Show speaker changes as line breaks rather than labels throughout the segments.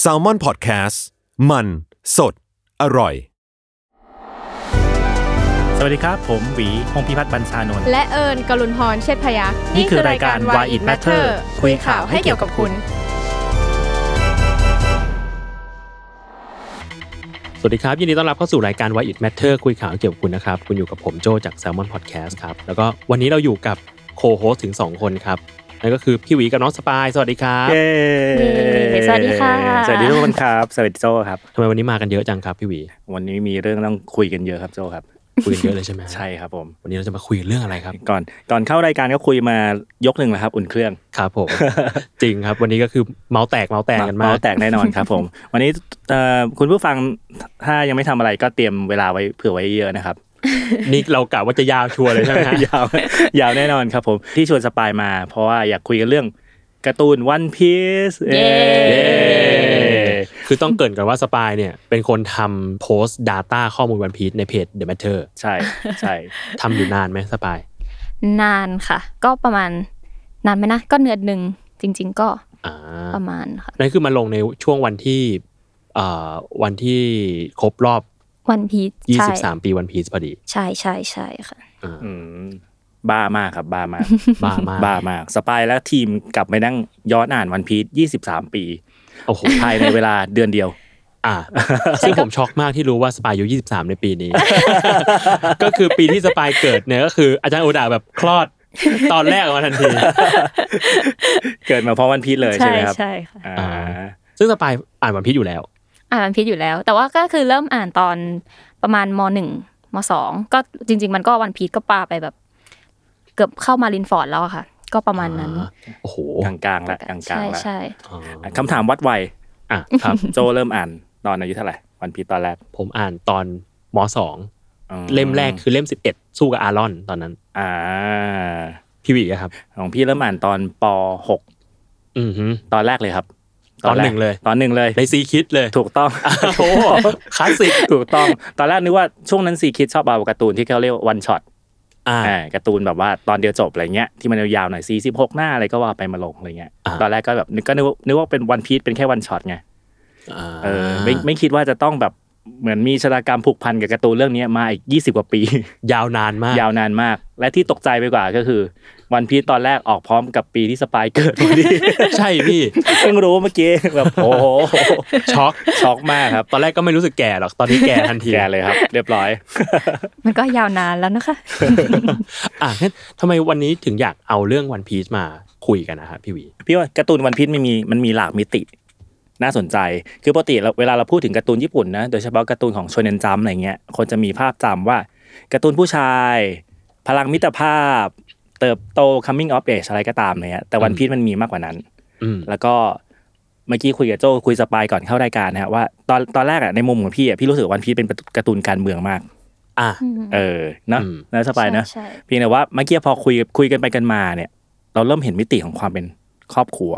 แซลมอนพอดแคสต์มันสดอร่อย
สวัสดีครับ ผมหวีพงษ์พิพัฒน์บรรชานนท์
และเอิญกลุนพรเชษพยักษ์
นี่คือรายการ Why It Matter คุยข่าวให้เกี่ยวกับคุณ
สวัสดีครับ ยินดีต้อนรับเข้าสู่รายการ Why It Matter คุยข่าวเกี่ยวกับคุณนะครับ คุณอยู่กับผมโจจาก Salmon Podcast ครับ แล้วก็วันนี้เราอยู่กับโคโฮสถึง 2 คนครับ นั่นก็คือพี่หวีกับน้องสปาย สวัสดีครับ
เย้
นี่สวัสดีค่ะ
สวัสดีทุกคนครับ สวัสดีโจครับ
ทำไมวันนี้มากันเยอะจังครับพี่หวี
วันนี้มีเรื่องต้องคุยกันเยอะครับโจครับ
คุยกันเยอะเลยใช่ไหม
ใช่ครับผม
วันนี้เราจะมาคุยเรื่องอะไรครับ
ก่อนก่อนเข้ารายการก็คุยมายกหนึ่งแล้วครับ อุ่นเครื่อง
ครับผม จริงครับวันนี้ก็คือเมาส์แตกเมาส์แตกกันมา
เมาก ส์แตกแน่นอนครับผม วันนี้เอ่อคุณผู้ฟังถ้ายังไม่ทำอะไรก็เตรียมเวลาไว้เผื่อไว้เยอะนะครับ
นี่เรากะว่าจะยาวชัวร์เลยใช่ไหมฮะ
ยาวยาวแน่นอนครับผมที่ชวนสปายมา เพราะว่าอยากคุยกันเรื่องการ์ตูนวันพีซ
เย้
เย้คือต้องเกรินกันว่าสปายเนี่ยเป็นคนทำโพสต์ Data ข้อมูลวันพีชในเพจ The Matter
ใช่ใช่
ทำอยู่นานไหมสปาย
นานค่ะ ก็ประมาณนานไหมนะ ก็เนือนหนึ่งจริง ๆ ก็
อ่า
ประมาณค่ะ
นั่นคือมาลงในช่วงวันที่เอ่อวันที่ครบรอบ
วันพีชใช่
23 ปีวันพีซพอดี
ใช่ใช่ใช่ค่ะ
อ่า
อืมบ้ามากครับบ้ามาก
บ้ามาก
บ้ามาก สปายและทีมกลับไปนั่งย้อนอ่านวันพีช23 ปี
โอ้โห
ภายในเวลาเดือน เดียว
อ่าซึ่งผมช็อกมากที่รู้ว่าสปายอายุ 23 ในปีนี้ ก็คือปีที่สปายเกิดเนี่ยก็คืออาจารย์โอดาแบบคลอดตอนแรกออกมาทันที
เกิดมาเพราะวันพีชเลยใช่ไหมครับ
ใช่ค่ะ
อ่า
อ่า ซึ่งสปายอ่านวันพีซอยู่แล้ว
อ่านวันพีชอยู่แล้ว แต่ว่าก็คือเริ่มอ่านตอนประมาณมหนึ่งมสองก็จริง ๆ มันก็วันพีชก็ปาไปแบบ เกือบเข้ามารินฟอร์ดแล้วอะค่ะ ก็ประมาณนั้น
อ่าโอ้โห
กลางๆละกลาง
ใช่
ๆละ
ใช่
อ่า
อ่ะคำถามวัดวัย
อ่ะครับ
โจเริ่มอ่านตอนอายุเท่าไหร่วันพีชตอนแรก
ผมอ่านตอนมสอง
อื
เล่มแรกคือเล่ม 11 สู้กับอารอนตอนนั้น
อ่า
พี่หวีอะครับ
ของพี่เริ่มอ่านตอนป .6
อือหือ
ตอนแรกเลยครับ
ตอน
แรก
หนึ่งเลย
ตอนหนึ่งเลย
ในซีคิดเลย
ถูกต้อง
โอ้โหคลาสสิก
ถูกต้อง ตอนแรกนึกว่าช่วงนั้นสีคิดชอบเอาการ์ตูนที่เขาเรียกวันช็อต
อ่า
อ่าการ์ตูนแบบว่าตอนเดียวจบอะไรเงี้ยที่มันยาวๆหน่อยสี่สิบหกหน้าอะไรก็ว่าไปมาลงอะไรเงี้ย
อ่า
ตอนแรกก็แบบนึกก็นึกว่านึกว่าเป็นวันพี e เป็นแค่วันช็อตไงเออไม่ไม่คิดว่าจะต้องแบบเหมือนมีชะตากรรมผูกพันกับการ์ตูนเรื่องเนี้ยมาอีกยี่สิบกว่าปี
ยาวนานมาก
ยาวนานมาก และที่ตกใจไปกว่าก็คือวันพี e ตอนแรกออกพร้อมกับปีที่สปายเกิดพอดี
ใช่พี่
เพิ่งรู้เมื่อกี้ แบบโอ้โห
ช็อก
ช็อกมากครับ
ตอนแรกก็ไม่รู้สึกแก่หรอก ตอนนี้แก่ทันที
แกเลยครับ เรียบร้อย
มันก็ยาวนานแล้วนะคะ
อ่ะงั้นทำไมวันนี้ถึงอยากเอาเรื่องวันพี e มาคุยกันนะครับพี่หวี
พี่ว่าการ์ตูนวันพีชมันมีมันมีหลากมิติ น่าสนใจ คือปกติเราเวลาเราพูดถึงการ์ตูนญี่ปุ่นนะโดยเฉพาะการ์ตูนของโชเนนจัมอะไรเงี้ยคนจะมีภาพจำว่าการ์ตูนผู้ชาย พลังมิตรภาพ เติบโต coming of age อะไรก็ตามอะไรเงี้ยแต่วันพีชมันมีมากกว่านั้น
อืม
แล้วก็เมื่อกี้คุยกับโจคุยสปายก่อนเข้ารายการนะฮะว่าตอนตอนแรกอะในมุมของพี่อะพี่รู้สึกวันพีชเป็นการ์ตูนการเมืองมาก
อ่ะ
เออเนอะ
อืม
นะสปายนะ
ใช่
เพียงแต่ว่าเมื่อกี้พอคุยคุยกันไปกันมาเนี่ย เราเริ่มเห็นมิติของความเป็นครอบครัว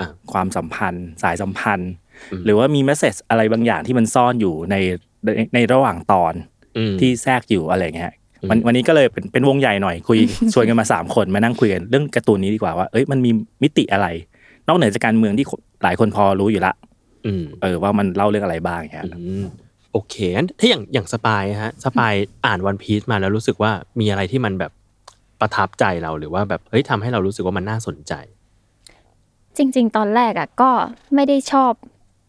อ่ะ
ความสัมพันธ์ สายสัมพันธ์
อืม
หรือว่ามีเมสเซจอะไรบางอย่างที่มันซ่อนอยู่ในในในระหว่างตอน
อืม
ที่แทรกอยู่อะไรอย่างเงี้ย
อืม
วันวันนี้ก็เลยเป็นเป็นวงใหญ่หน่อยคุย ชวนกันมาสามคนมานั่งคุยกันเรื่องการ์ตูนนี้ดีกว่าว่าเอ้ยมันมีมิติอะไร นอกเหนือจากการเมืองที่หลายคนพอรู้อยู่ละ
อืม
เออว่ามันเล่าเรื่องอะไรบ้างอย่างเงี้ย
อืมโอเคงั้นถ้าอย่างอย่างสปายฮะ สปายอ่านวันพี e มาแล้วรู้สึกว่ามีอะไรที่มันแบบประทับใจเราหรือว่าแบบเฮ้ยทำให้เรารู้สึกว่ามันน่าสนใจ
จริง ๆ ตอนแรกอ่ะก็ไม่ได้ชอบ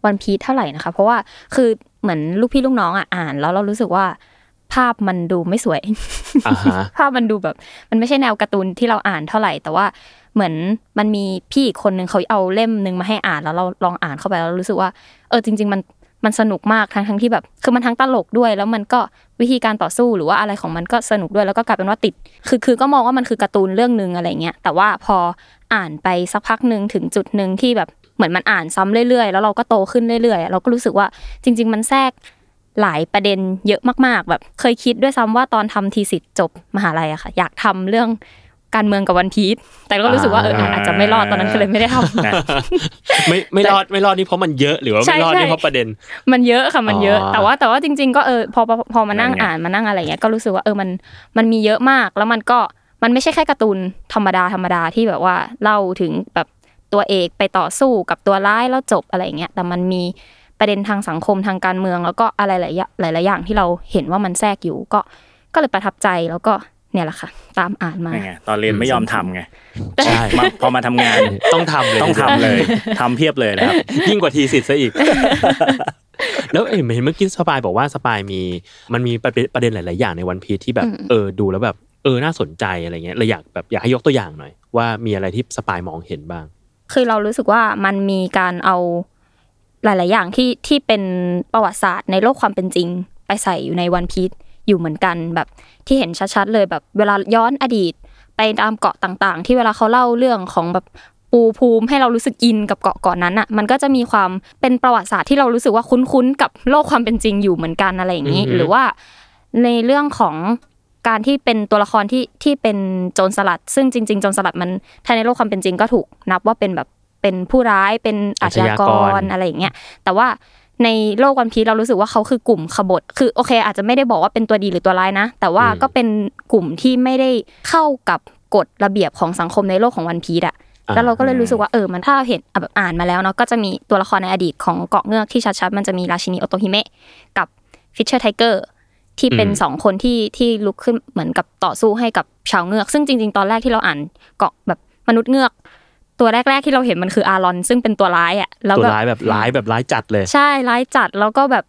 วันพีชเท่าไหร่นะคะ เพราะว่าคือเหมือนลูกพี่ลูกน้องอ่ะอ่านแล้วเรารู้สึกว่า ภาพมันดูไม่สวย
อ่าฮะ
ภาพมันดูแบบ มันไม่ใช่แนวการ์ตูนที่เราอ่านเท่าไหร่ แต่ว่าเหมือนมันมีพี่อีกคนนึงเขาเอาเล่มนึงมาให้อ่านแล้วเราลองอ่านเข้าไปแล้วเรารู้สึกว่า เออจริง ๆ มันมันสนุกมากทั้งทั้งที่แบบ คือมันทั้งตลกด้วย แล้วมันก็วิธีการต่อสู้หรือว่าอะไรของมันก็สนุกด้วยแล้วก็กลายเป็นว่าติด คือคือก็มองว่ามันคือการ์ตูนเรื่องหนึ่งอะไรเงี้ยแต่ว่าพออ่านไปสักพักหนึ่งถึงจุดหนึ่งที่แบบเหมือนมันอ่านซ้ำเรื่อยๆ แล้วเราก็โตขึ้นเรื่อยๆ เราก็รู้สึกว่าจริง ๆ มันแทรกหลายประเด็นเยอะมากๆ แบบเคยคิดด้วยซ้ำว่าตอนทำทีสิทธิ์จบมหาลัยอะค่ะ อยากทำเรื่องการเมืองกับวันพีชแต่ก็รู้สึกว่าเอออาจจะไม่รอดตอนนั้นก็เลยไม่ได้ทำ
นะ
ไม่ไม่รอดไม่รอดนี่เพราะมันเยอะหรือว่า
ใช่
ไม่รอด
ใช่
นี่เพราะประเด็น
มันเยอะค่ะมันเยอะ
อ๋อ
แต่ว่าแต่ว่าจริง ๆ ก็เออพอพอพอมานั่ง
นั่นไง
อ่านมานั่งอะไรเงี้ยก็รู้สึกว่าเออมันมันมีเยอะมาก แล้วมันก็มันไม่ใช่แค่การ์ตูนธรรมดาธรรมดาที่แบบว่าเล่าถึงแบบ ตัวเอกไปต่อสู้กับตัวร้ายแล้วจบอะไรอย่างเงี้ยแต่มันมีประเด็นทางสังคมทางการเมือง แล้วก็อะไรหลายอย่างหลายๆอย่างที่เราเห็นว่ามันแทรกอยู่ก็ก็เลยประทับใจแล้วก็เนี่ยแหละค่ะ ตามอ่านมา
นั่นไงตอนเรียนไม่ยอมทำไง
ใช่
มาพอมาทำงาน
ต้องทำเลย
ต้องทำ เลยทำเพียบเลยนะครับ
ยิ่งกว่าทีสิทธ์ซะ อีก แล้วเอ้ยเห็นเมื่อกี้สปายบอกว่าสปายมี มันมีประเด็นประเด็นหลาย ๆ อย่างในวันพีที่แบบ
อืม
เออดูแล้วแบบเออน่าสนใจอะไรเงี้ยเลยอยากแบบอยากให้ยกตัวอย่างหน่อย ว่ามีอะไรที่สปายมองเห็นบ้าง
คือเรารู้สึกว่ามันมีการเอาหลาย ๆ อย่างที่ที่เป็นประวัติศาสตร์ในโลกความเป็นจริง ไปใส่อยู่ในวันพี e อยู่เหมือนกันแบบที่เห็นชัด ๆ เลยแบบเวลาย้อนอดีต ไปตามเกาะต่าง ๆ ที่เวลาเขาเล่าเรื่องของแบบปูภูมิให้เรารู้สึกอินกับเกาะเกาะนั้นอ่ะมันก็จะมีความเป็นประวัติศาสตร์ที่เรารู้สึกว่าคุ้น ๆ กับโลกความเป็นจริงอยู่เหมือนกันอะไรอย่างนี้
อือหือ
หรือว่าในเรื่องของการที่เป็นตัวละครที่ที่เป็นโจรสลัด ซึ่งจริง ๆ โจรสลัดมันถ้าในโลกความเป็นจริงก็ถูกนับว่าเป็นแบบเป็นผู้ร้ายเป็นอาชญาก
อาชญาก
ร
ร
อะไรอย่างเงี้ยแต่ว่าในโลกวันพีซเรารู้สึกว่าเขาคือกลุ่มขบฏคือโอเค อาจจะไม่ได้บอกว่าเป็นตัวดีหรือตัวร้ายนะ แต่ว่าก็เป็นกลุ่มที่ไม่ได้เข้ากับกฎระเบียบของสังคมในโลกของวันพีซอะ
อ่า
แล้วเราก็เลยรู้สึกว่าเออมันถ้าเราเห็นอ่ะแบบอ่านมาแล้วเนาะก็จะมีตัวละครในอดีตของเกาะเงือกที่ชัดๆมันจะมีราชินีโอโตฮิเมะกับฟิชเชอร์ไทเกอร์ที่เป็น
อืม
สองคนที่ที่ลุกขึ้นเหมือนกับต่อสู้ให้กับชาวเงือก ซึ่งจริง ๆ ตอนแรกที่เราอ่านเกาะแบบมนุษย์เงือก ตัวแรก ๆ ที่เราเห็นมันคืออารอน ซึ่งเป็นตัวร้ายอ่ะแล้ว
ตัว
ก็
ร้ายแบบร้ายแบบร้ายจัดเลย
ใช่ร้ายจัดแล้วก็แบบ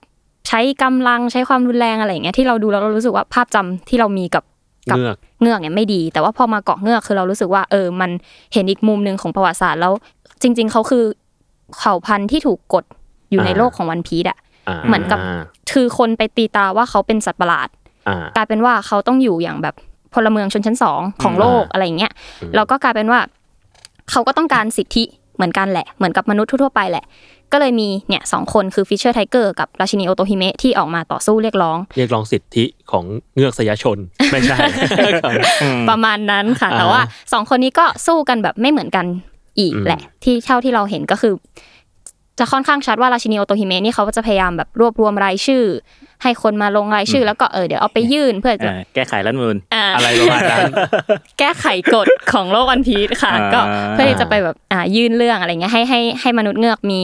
ใช้กำลังใช้ความรุนแรงอะไรอย่างเงี้ยที่เราดูแล้วเรารู้สึกว่าภาพจำที่เรามีกับกั
เงือก
เงือกเนี่ยไม่ดี แต่ว่าพอมาเกาะเงือกคือเรารู้สึกว่าเออมันเห็นอีกมุมหนึ่งของประวัติศาสตร์แล้ว จริง ๆเขาคือเผ่าพันธุ์ที่ถูกกดอยู่ใน
อ่า
โลกของวันพีดอะ
อ่า
เหมือนกับ คือคนไปตีตราว่าเขาเป็นสัตว์ประหลาด
อ่า
กลายเป็นว่าเขาต้องอยู่อย่างแบบพลเมืองชนชั้นสองของโลก
อ่า
อะไรอย่างเงี้ย
อืม
แล้วก็กลายเป็นว่า เขาก็ต้องการสิทธิเหมือนกันแหละ เหมือนกับมนุษย์ทั่วๆไปแหละ ก็เลยมีเนี่ยสองคนคือฟิชเชอร์ไทเกอร์กับราชินีโอโตฮิเมะที่ออกมาต่อสู้เรียกร้อง
เรียกร้องสิทธิของเงือกสยชน ไม่ใช่
ประมาณนั้นค่ะ
อ่า
แต่ว่าสองคนนี้ก็สู้กันแบบไม่เหมือนกันอีก
อืม
แหละ ที่เท่าที่เราเห็นก็คือ จะค่อนข้างชัดว่าราชินีโอโตฮิเมะนี่เขาก็จะพยายามแบบรวบรวมรายชื่อ ให้คนมาลงรายชื่อ แล้วก็เออเดี๋ยวเอาไปยื่นเพื่อจะ
อ่าแก้ไขรัฐธรรมนูล
า
อะไรประมาณนั้น
แก้ไขกฎของโลกวันพีชค่ะ
อ่า
ก็เพื่อที่จะไปแบบอ่ายื่นเรื่องอะไรเงี้ยให้ให้ให้มนุษย์เงือกมี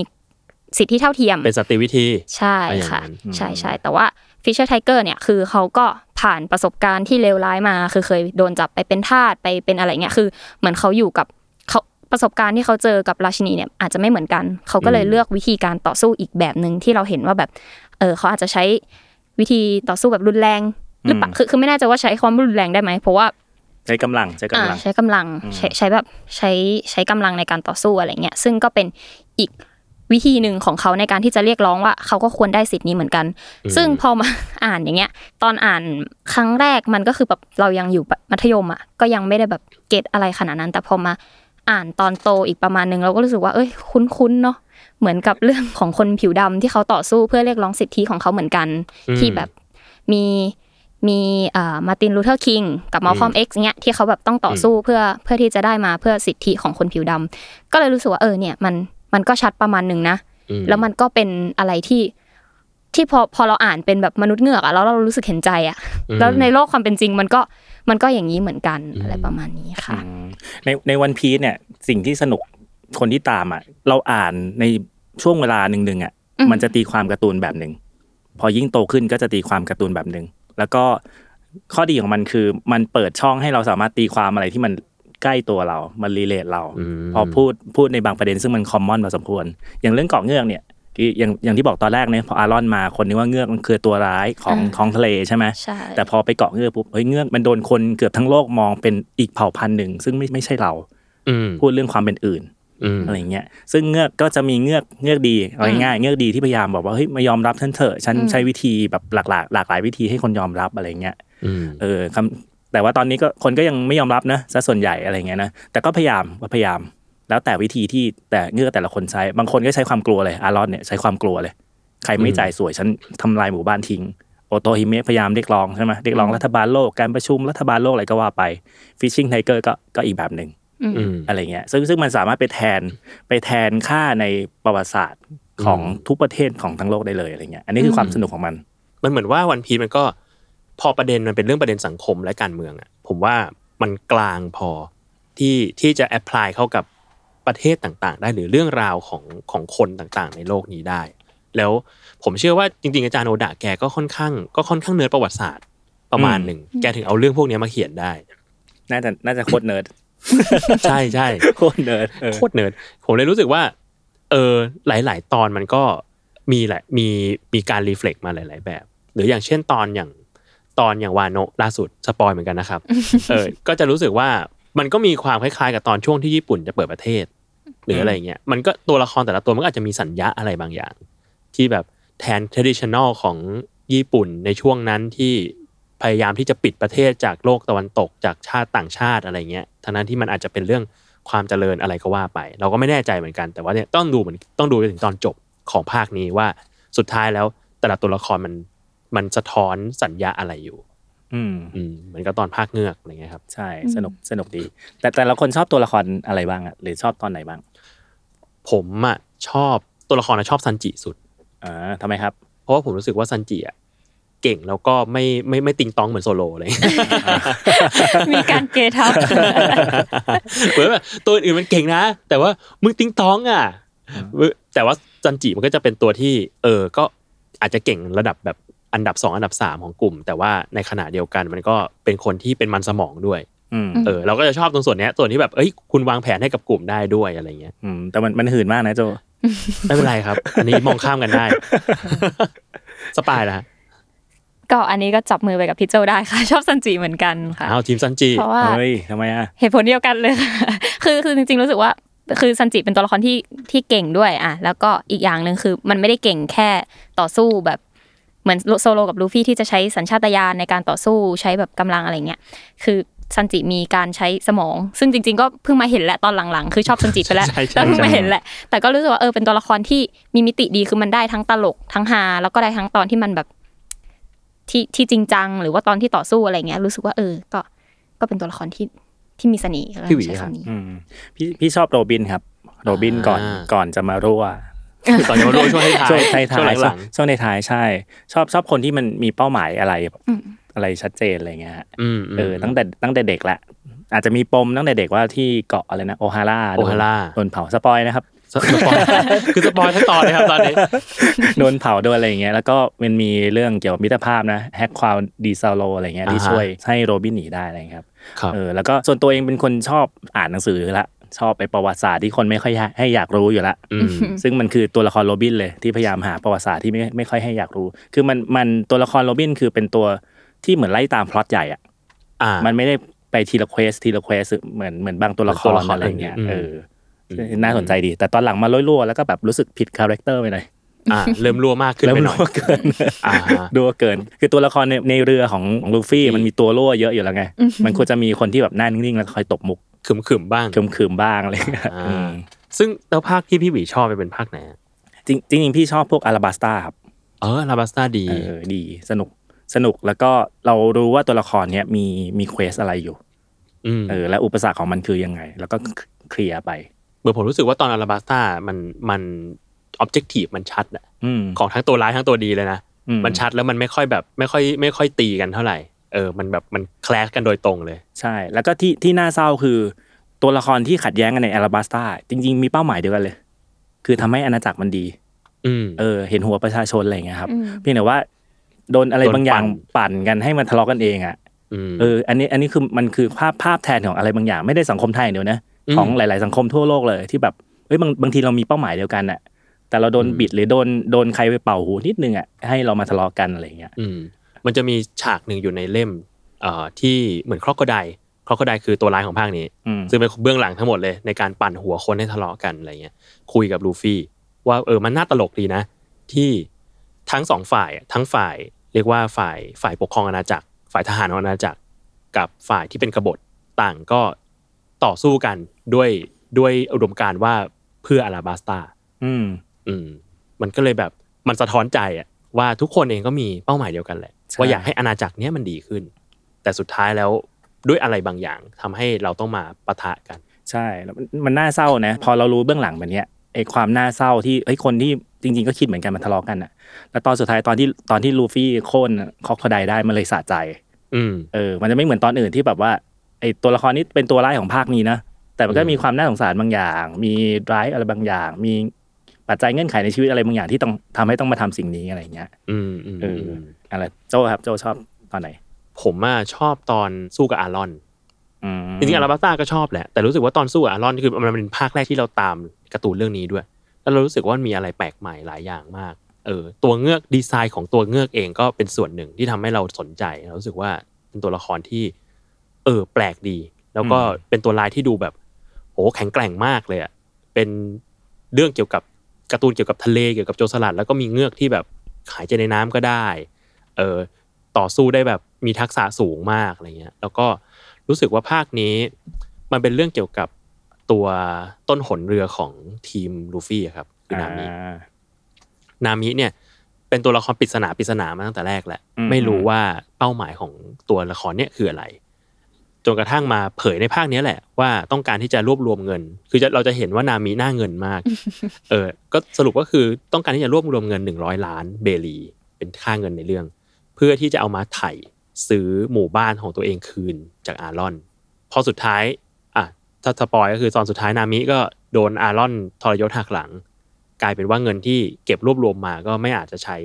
สิทธิเท่าเทียม
เป็นสตรีวิธี
ใช่
ไปอย่างนั้
ค่ะ
น
ใช่ใช่แต่ว่าฟิชเชอร์ไทเกอร์เนี่ยคือเขาก็ผ่านประสบการณ์ที่เลวร้ายมา คือเคยโดนจับไปเป็นทาสไปเป็นอะไรเงี้ยคือ เหมือนเขาอยู่กับเขาประสบการณ์ที่เขาเจอกับราชินีเนี่ยอาจจะไม่เหมือนกัน เขาก็เลยเลือกวิธีการต่อสู้อีกแบบหนึ่งที่เราเห็นว่าแบบเออเขาอาจจะใช้วิธีต่อสู้แบบรุนแรงหรือเปล่าคือคือไม่แน่ใจว่าใช้ความรุนแรงได้ไหมเพราะว่า
ใช้กำลังใช้กำลัง
อ่าใช้กำลัง
อืม
ใช้ใช้แบบใช้ใช้กำลังในการต่อสู้อะไรเงี้ยซึ่งก็เป็นอีกวิธีหนึ่งของเขาในการที่จะเรียกร้องว่าเขาก็ควรได้สิทธิ์นี้เหมือนกัน
อืม
ซึ่งพอมา อ่านอย่างเงี้ย ตอนอ่านครั้งแรกมันก็คือแบบเรายังอยู่มัธยมอ่ะก็ยังไม่ได้แบบเก็ตอะไรขนาดนั้น แต่พอมาอ่านตอนโตอีกประมาณนึงเราก็รู้สึกว่าเอ้ยคุ้นๆเนาะเหมือนกับเรื่องของคนผิวดำที่เขาต่อสู้เพื่อเรียกร้องสิทธิของเขาเหมือนกัน
อืม
ที่แบบมีมีมาตินลูเทอร์คิงกับมอลคอมเอ็กซ์เนี้ยที่เขาแบบต้องต่อสู้เพื่อเพื่อที่จะได้มาเพื่อสิทธิของคนผิวดำก็เลยรู้สึกว่าเออเนี่ยมันมันก็ชัดประมาณหนึ่งนะ
อืม
แล้วมันก็เป็นอะไรที่ที่พอพอเราอ่านเป็นแบบมนุษย์เงือกอะแล้วเรารู้สึกเห็นใจอะ
อืม
แล้วในโลกความเป็นจริงมันก็มันก็อย่างนี้เหมือนกันอะไรประมาณนี้ค่ะ
อืมในในวันพีซเนี่ยสิ่งที่สนุกคนที่ตามอ่ะเราอ่านในช่วงเวลาหนึ่งหนึ่งๆอ่ะ
อืม
มันจะตีความการ์ตูนแบบหนึ่งพอยิ่งโตขึ้นก็จะตีความการ์ตูนแบบหนึ่งแล้วก็ข้อดีของมันคือมันเปิดช่องให้เราสามารถตีความอะไรที่มันใกล้ตัวเรา มันรีเลทเรา
อืม
พอพูดพูดในบางประเด็นซึ่งมันคอมมอนพอสมควร อย่างเรื่องเกาะเงือกเนี่ยที่อย่างอย่างที่บอกตอนแรกเนี่ยพออารอนมาคนนึกว่าเงือกมันคือตัวร้ายของท้องทะเลใช่ไหม
ใช่
แต่พอไปเกาะเงือกปุ๊บเฮ้ยเงือกมันโดนคนเกือบทั้งโลกมองเป็นอีกเผ่าพันธุ์หนึ่งซึ่งไม่ไม่ใช่เรา
อืม
พูดเรื่องความเป็นอื่น
อืม
อะไรเงี้ยซึ่งเงือกก็จะมีเงือกเงือกดีเอาง่ายๆเงือกดีที่พยายามบอกว่าเฮ้ยมายอมรับฉันเถอะฉันใช้วิธีแบบหลากหลายหลากหลายวิธีให้คนยอมรับอะไรเงี้ย
อืม
เออคำแต่ว่าตอนนี้ก็คนก็ยังไม่ยอมรับนะซะส่วนใหญ่อะไรเงี้ยนะแต่ก็พยายามก็พยายาม แล้วแต่วิธีที่แต่เงือกแต่ละคนใช้บางคนก็ใช้ความกลัวเลยอารอนเนี่ยใช้ความกลัวเลย ใครไม่
อืม
จ่ายสวยฉันทำลายหมู่บ้านทิ้ง โอโตฮิเมะพยายามเรียกร้องใช่ไหมเรียกร้องรัฐบาลโลกการประชุมรัฐบาลโลกอะไรก็ว่าไปฟิชชิงไทเกอร์ก็ก็อีกแบบหนึ่ง
อืม
อะไรเงี้ยซึ่งซึ่งมันสามารถไปแทนไปแทนค่าในประวัติศาสตร์ของทุกประเทศของทั้งโลกได้เลยอะไรเงี้ยอันนี้คือความสนุกของมัน
มันเหมือนว่าวันพีมันก็พอประเด็นมันเป็นเรื่องประเด็นสังคมและการเมืองอ่ะผมว่ามันกลางพอที่ที่จะแอพพลายเข้ากับป ประเทศต่างๆ ได้หรือเรื่องราวของของคนต่างๆ ในโลกนี้ได้ แล้วผมเชื่อว่าจริงๆอาจารย์โอดะแกก็ค่อนข้าง ก็ค่อนข้างเนิร์ดประวัติศาสตร์ประมาณหนึ่งแกถึงเอาเรื่องพวกเนี้ยมาเขียนได้
น่าจะน่าจะโคตรเนิร์ด
ใช่ใช่
โคตรเนิร์ดเออ
โคตรเนิร์ดผมเลยรู้สึกว่าเออหลาย ๆ ตอนมันก็มีแหละมีมีการรีเฟล็กมาหลาย ๆ แบบ หรืออย่างเช่นตอนอย่างตอนอย่างวาโนะล่าสุดสปอยเหมือนกันนะครับ เออก็จะรู้สึกว่ามันก็มีความคล้าย ๆ กับตอนช่วงที่ญี่ปุ่นจะเปิดประเทศ หรืออะไรอย่างเงี้ยมันก็ตัวละครแต่ละตัวมันก็อาจจะมีสัญญาอะไรบางอย่าง ที่แบบแทน traditional ของญี่ปุ่นในช่วงนั้นที่พยายามที่จะปิดประเทศจากโลกตะวันตกจากชาติต่างชาติอะไรเงี้ยทั้งนั้นที่มันอาจจะเป็นเรื่องความเจริญอะไรก็ว่าไป เราก็ไม่แน่ใจเหมือนกันแต่ว่าเนี่ยต้องดูเหมือนต้องดูไปถึงตอนจบของภาคนี้ว่าสุดท้ายแล้วแต่ละตัวละครมันมันสะท้อนสัญญาอะไรอยู่
อืม
อืมเหมือนกับตอนภาคเงือกอะไรเงี้ยครับ
ใช่สนุกสนุกดี แต่แต่ละคนชอบตัวละครอะไรบ้างอะหรือชอบตอนไหนบ้าง
ผมอ่ะชอบตัวละครอะชอบซันจิสุด
อ่าทำไมครับ
เพราะว่าผมรู้สึกว่าซันจิอ่ะเก่งแล้วก็ไม่ไม่ไม่ติงตองเหมือนโซโลเลย
มีการเกทั บ
เหมือนแบบตัวอื่นมันเก่งนะ แต่ว่ามึงติงตองอ่ะแต่ว่าจันจิมันก็จะเป็นตัวที่ เออก็อาจจะเก่งระดับแบบอันดับสองอันดับสามของกลุ่ม แต่ว่าในขณะเดียวกันมันก็เป็นคนที่เป็นมันสมองด้วย
อืม
เออเราก็จะชอบตรงส่วนเนี้ยส่วนที่แบบเอ้ยคุณวางแผนให้กับกลุ่มได้ด้วยอะไรเงี้ย
อืมแต่มันมันหืนมากนะโจ
ไม่เป็นไรครับ อันนี้มองข้ามกันได้ สปายนะฮะ
ก็อันนี้ก็จับมือไปกับพี่โจได้ค่ะ ชอบซันจิเหมือนกันค่ะ
อ้าวทีมซันจิ
เพราะว่า
เฮ้ยทำไมอ่ะ
เหตุผลเดียวกันเลยค่ะ คือคือจริงๆรู้สึกว่าคือซันจิเป็นตัวละครที่ที่เก่งด้วยอ่ะแล้วก็อีกอย่างหนึ่งคือมันไม่ได้เก่งแค่ต่อสู้แบบเหมือนโซโลกับลูฟี่ที่จะใช้สัญชาตญาณในการต่อสู้ใช้แบบกำลังอะไรเงี้ยคือซันจิมีการใช้สมอง ซึ่งจริง ๆ ก็เพิ่งมาเห็นแหละตอนหลังๆ คือชอบซันจิไปแล้ว
ใช่ใช่
แล้วเพิ่ง
ใช่
มาเห็นแหละ แต่ก็รู้สึกว่าเออเป็นตัวละครที่มีมิติดีคือมันได้ทั้งตลกทั้งฮาแล้วก็ได้ทั้งตอนที่มันแบบที่ที่จริงจัง หรือว่าตอนที่ต่อสู้อะไรเงี้ย รู้สึกว่าเออ ก็ก็เป็นตัวละครที่ที่มีเสน่ห์อะไร
พี่หวี
ใช้
ครับ
คำนี้
อืมพี่พี่ชอบโรบินครับ โรบินก่อน
อ่า
ก่อนจะมารั่ว
คือตอนนี้มาร่วมช่วงท้าย
ช่วง
ๆ
ท้ายๆ
ช่วงหลัง
ช่วงท้ายๆใช่ ชอบชอบคนที่มันมีเป้าหมายอะไรแบบ
อืม
อะไรชัดเจนอะไรเงี้ยฮะ
ๆอืมม
เออตั้งแต่ตั้งแต่เด็กละ อาจจะมีปมตั้งแต่เด็กว่าที่เกาะอะไรนะโอฮาร่า
โอฮาร่า
โดนเผาสปอยนะครับ
สสปอย คือสปอยทั้งตอนเลยครับตอนนี้
โดนเผาโดนอะไรอย่างเงี้ยแล้วก็มันมีเรื่องเกี่ยวกับมิตรภาพนะแฮกความดีซาโลอะไรเงี้ยที่
อ่าฮะ
ช่วยให้โรบินหนีได้อะไรเงี้ยครับ
ครับ
เออแล้วก็ส่วนตัวเองเป็นคนชอบอ่านหนังสือละชอบไปประวัติศาสตร์ที่คนไม่ค่อยให้อยากรู้อยู่ละ
อืม
ซึ่งมันคือตัวละครโรบินเลยที่พยายามหาประวัติศาสตร์ที่ไม่ไม่ค่อยให้อยากรู้ คือมันมันตัวละครโรบินคือเป็นตัวที่เหมือนไล่ตามพล็อตใหญ่อะ
อ่า
มันไม่ได้ไปทีละเควสทีละเควสเหมือนเหมือนบางตัวละค
ตัว
ร
ละคร
อะไรเงี้ย
อื่นๆ
เออน่าสนใจดี แต่ตอนหลังมาล่วๆแล้วก็แบบรู้สึกผิดคาแรคเตอร์ไปหน่อย
อ่าเริ่มรั่วมากขึ้น
แล้ว
ไป
มัน
หน่อย
รั่วเกิน
อ่าฮะ
ดูเกิน คือตัวละครในในเรือของของลูฟี่
อืม
มันมีตัวรั่วเยอะอยู่แล้วไงมันควรจะมีคนที่แบบหน้านิ่งๆแล้วคอยตบมุก
ขึมๆบ้าง
ขึมๆบ้างอะไรเงี้ย
อ่า
อืม
ซึ่งแล้วภาคที่พี่หวีชอบไปเป็นภาคไหนอะ
จริงจริงๆพี่ชอบพวกอาราบาสตาครับ
เออลาบัสตาดี
เออดีสนุกสนุกแล้วก็เรารู้ว่าตัวละครเนี้ยมีมีเควสอะไรอยู่
อืม
เออและอุปสรรคของมันคือยังไง แล้วก็เคลียร์ไป
เหมือนผมรู้สึกว่าตอนลาบัสตามันมันออบเจกตีฟมันชัดอะ
อืม
ของทั้งตัวร้ายทั้งตัวดีเลยนะ
อื
มันชัดแล้วมันไม่ค่อยแบบไม่ค่อยไม่ค่อยตีกันเท่าไหร่ เออ มันแบบมันแคลชกันโดยตรงเลย
ใช่ แล้วก็ที่ที่น่าเศร้าคือ ตัวละครที่ขัดแย้งกันในอาราบาสตาจริง ๆ มีเป้าหมายเดียวกันเลย คือทำให้อาณาจักรมันดี
อืม
เออเห็นหัวประชาชนอะไรเงี้ยครับ
อืม
เพียงแต่ว่าโดนอะไร
โดน
บางอย่าง
ปั่น
ปั่นกันให้มันทะเลาะกันเองอะ
ม
เออ อันนี้ อันนี้คือมันคือภาพภาพแทนของอะไรบางอย่าง ไม่ได้สังคมไทยอย่างเดียวนะ
อืม
ของหลาย ๆ สังคมทั่วโลกเลยที่แบบเฮ้ยบางบางทีเรามีเป้าหมายเดียวกันอะแต่เราโดน
อืม
บิดหรือโดนโดนใครไปเป่าหูนิดนึงอะให้เรามาทะเลาะกันอะไรอย่างเงี้ย
อืมมันจะมีฉากหนึ่งอยู่ในเล่มเอ่อที่เหมือนครอกไดครอกไดคือตัวร้ายของภาคนี้
อืม
ซึ่งเป็นเบื้องหลังทั้งหมดเลยในการปั่นหัวคนให้ทะเลาะกันอะไรเงี้ยคุยกับลูฟี่ ว่าเออมันน่าตลกดีนะ ที่ทั้งสองฝ่ายอะทั้งฝ่ายเรียกว่าฝ่ายฝ่ายปกครองอาณาจักร ฝ่ายทหารของอาณาจักร กับฝ่ายที่เป็นกบฏต่างก็ต่อสู้กันด้วยด้วยอุดมการณ์ว่าเพื่ออาราบาสตา
อืม
อืมมันก็เลยแบบมันสะท้อนใจอะว่าทุกคนเองก็มีเป้าหมายเดียวกันแหละ
ใช่
ว่าอยากให้อาณาจักรเนี้ยมันดีขึ้น แต่สุดท้ายแล้วด้วยอะไรบางอย่างทำให้เราต้องมาปะทะกัน
ใช่แล้วมันมันน่าเศร้านะ พอเรารู้เบื้องหลังแบบเนี้ยไอ้ความน่าเศร้าที่ไอ้ยคนที่จริง ๆ ก็คิดเหมือนกันมาทะเลาะกันอะแล้วตอนสุดท้ายตอนที่ตอนที่ลูฟี่โค่นคอกทไดได้มันเลยสะใจ
อืม
เออ มันจะไม่เหมือนตอนอื่นที่แบบว่าไอ้ตัวละครนี้เป็นตัวร้ายของภาคนี้นะ แ แต่มันก็มีความน่าสงสารบางอย่าง มีร้ายอะไรบางอย่าง มีปัจจัยเงื่อนไขในชีวิตอะไรบางอย่างที่ต้องทำให้ต้องมาทำสิ่งนี้อะไรอย่างเงี้ย
อืมอืม
เอ
อื
อ
ม
อื อะไรโจครับโจชอบตอนไหน
ผมอ่ะชอบตอนสู้กับอารอน
อืม
จริงๆอาราบัสต้าก็ชอบแหละ แต่รู้สึกว่าตอนสู้กับอารอนคือมันเป็นภาคแรกที่เราตามการ์ตูนเรื่องนี้ด้วย แล้วเรารู้สึกว่ามันมีอะไรแปลกใหม่หลายอย่างมาก เออ ตัวเงือกดีไซน์ของตัวเงือกเองก็เป็นส่วนหนึ่งที่ทำให้เราสนใจ เรารู้สึกว่าเป็นตัวละครที่ เออ แปลกดี แล้วก็เป็นตัวลายที่ดูแบบโหแข็งแกร่งมากเลยอะเป็นเรื่องเกี่ยวกับการ์ตูนเกี่ยวกับทะเลเกี่ยวกับโจรสลัด แล้วก็มีเงือกที่แบบหายใจในน้ำก็ได้ เออต่อสู้ได้แบบมีทักษะสูงมากอะไรเงี้ย แล้วก็รู้สึกว่าภาคนี้ มันเป็นเรื่องเกี่ยวกับตัวต้นหนเรือของทีมลูฟี่อะครับคือนามิ
อ่า
นามิเนี่ยเป็นตัวละครปริศนาปริศนามาตั้งแต่แรกแหละ
อืม
ไม่รู้ว่าเป้าหมายของตัวละครเนี่ยคืออะไร จนกระทั่งมาเผยในภาคเนี้ยแหละ ว่าต้องการที่จะรวบรวมเงิน คือจะเราจะเห็นว่านามิหน้าเงิน มาก เออก็สรุปก็คือต้องการที่จะรวบรวมเงิน 100 ล้านเบลี เป็นค่าเงินในเรื่อง เพื่อที่จะเอามาไถ่ซื้อหมู่บ้านของตัวเองคืนจากอารอน พอสุดท้ายอ่ะถ้าสปอยก็คือตอนสุดท้ายนามิก็โดนอารอนทรยศหักหลัง กลายเป็นว่าเงินที่เก็บรวบรวมมาก็ไม่อาจจะใช้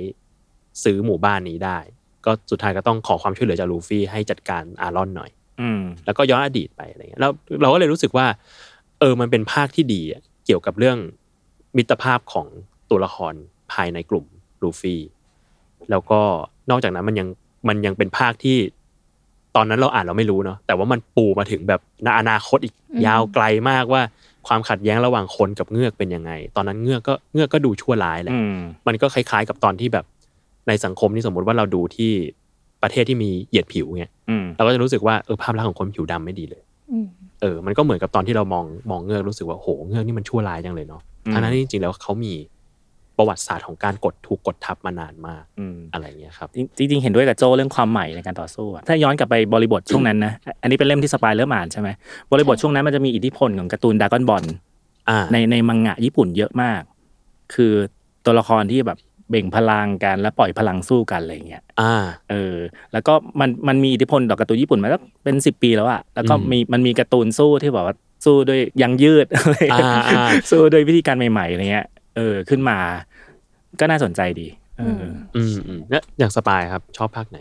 ซื้อหมู่บ้านนี้ได้ ก็สุดท้ายก็ต้องขอความช่วยเหลือจากลูฟี่ให้จัดการอารอนหน่อย
อืม
แล้วก็ย้อนอดีตไปอะไรเงี้ยแล้วเราก็เลยรู้สึกว่า เออมันเป็นภาคที่ดีอะเกี่ยวกับเรื่องมิตรภาพของตัวละครภายในกลุ่มลูฟี่แล้วก็นอกจากนั้นมันยังมันยังเป็นภาคที่ ตอนนั้นเราอ่านเราไม่รู้เนาะแต่ว่ามันปูมาถึงแบบณอนาคตอีก
อืม
ยาวไกลมากว่าความขัดแย้งระหว่างคนกับเงือกเป็นยังไง ตอนนั้นเงือกก็เงือกก็ดูชั่วร้ายแหละ
อืม
มันก็คล้ายๆกับตอนที่แบบในสังคมนี่สมมติว่าเราดูที่ประเทศที่มีเหยียดผิวเงี้ย
อืม
เราก็จะรู้สึกว่าเออภาพลักษณ์ของคนผิวดำไม่ดีเลย
อืม
เออ มันก็เหมือนกับตอนที่เรามองมองเงือกรู้สึกว่าโหเงือกนี่มันชั่วร้ายจังเลยเนาะ
อืม
ทั้งนั้นที่จริงๆแล้วเขามีประวัติศาสตร์ของการกดถูกกดทับมานานมาก
อืม
อะไรเงี้ยครับ
จริงๆ เห็นด้วยกับโจเรื่องความใหม่ในการต่อสู้อะถ้าย้อนกลับไปบริบทช่วงนั้นนะ อันนี้เป็นเล่มที่สปายเริ่มอ่านใช่ไหมบริบทช่วงนั้นมันจะมีอิทธิพลของการ์ตูนดากอนบอล
อ่า
ในในมังงะญี่ปุ่นเยอะมาก คือตัวละครที่แบบเบ่งพลังกันและปล่อยพลังสู้กันอะไรอย่างเงี้ย
อ่า
เออ แล้วก็มันมันมีอิทธิพลต่อการ์ตูนญี่ปุ่นมาตั้งเป็นสิบปีแล้วอะแล้วก็
อืม
มีมันมีการ์ตูนสู้ที่แบบว่าสู้ด้วยยางยืดอะไร
อ่าอ่า
สู้ด้วยวิธีการใหม่ๆอะไรเงี้ย เออ ขึ้นมา ก็น่าสนใจดีเอออ
ม
อืมอืมแล้วอย่างสปายครับ ชอบภาคไหน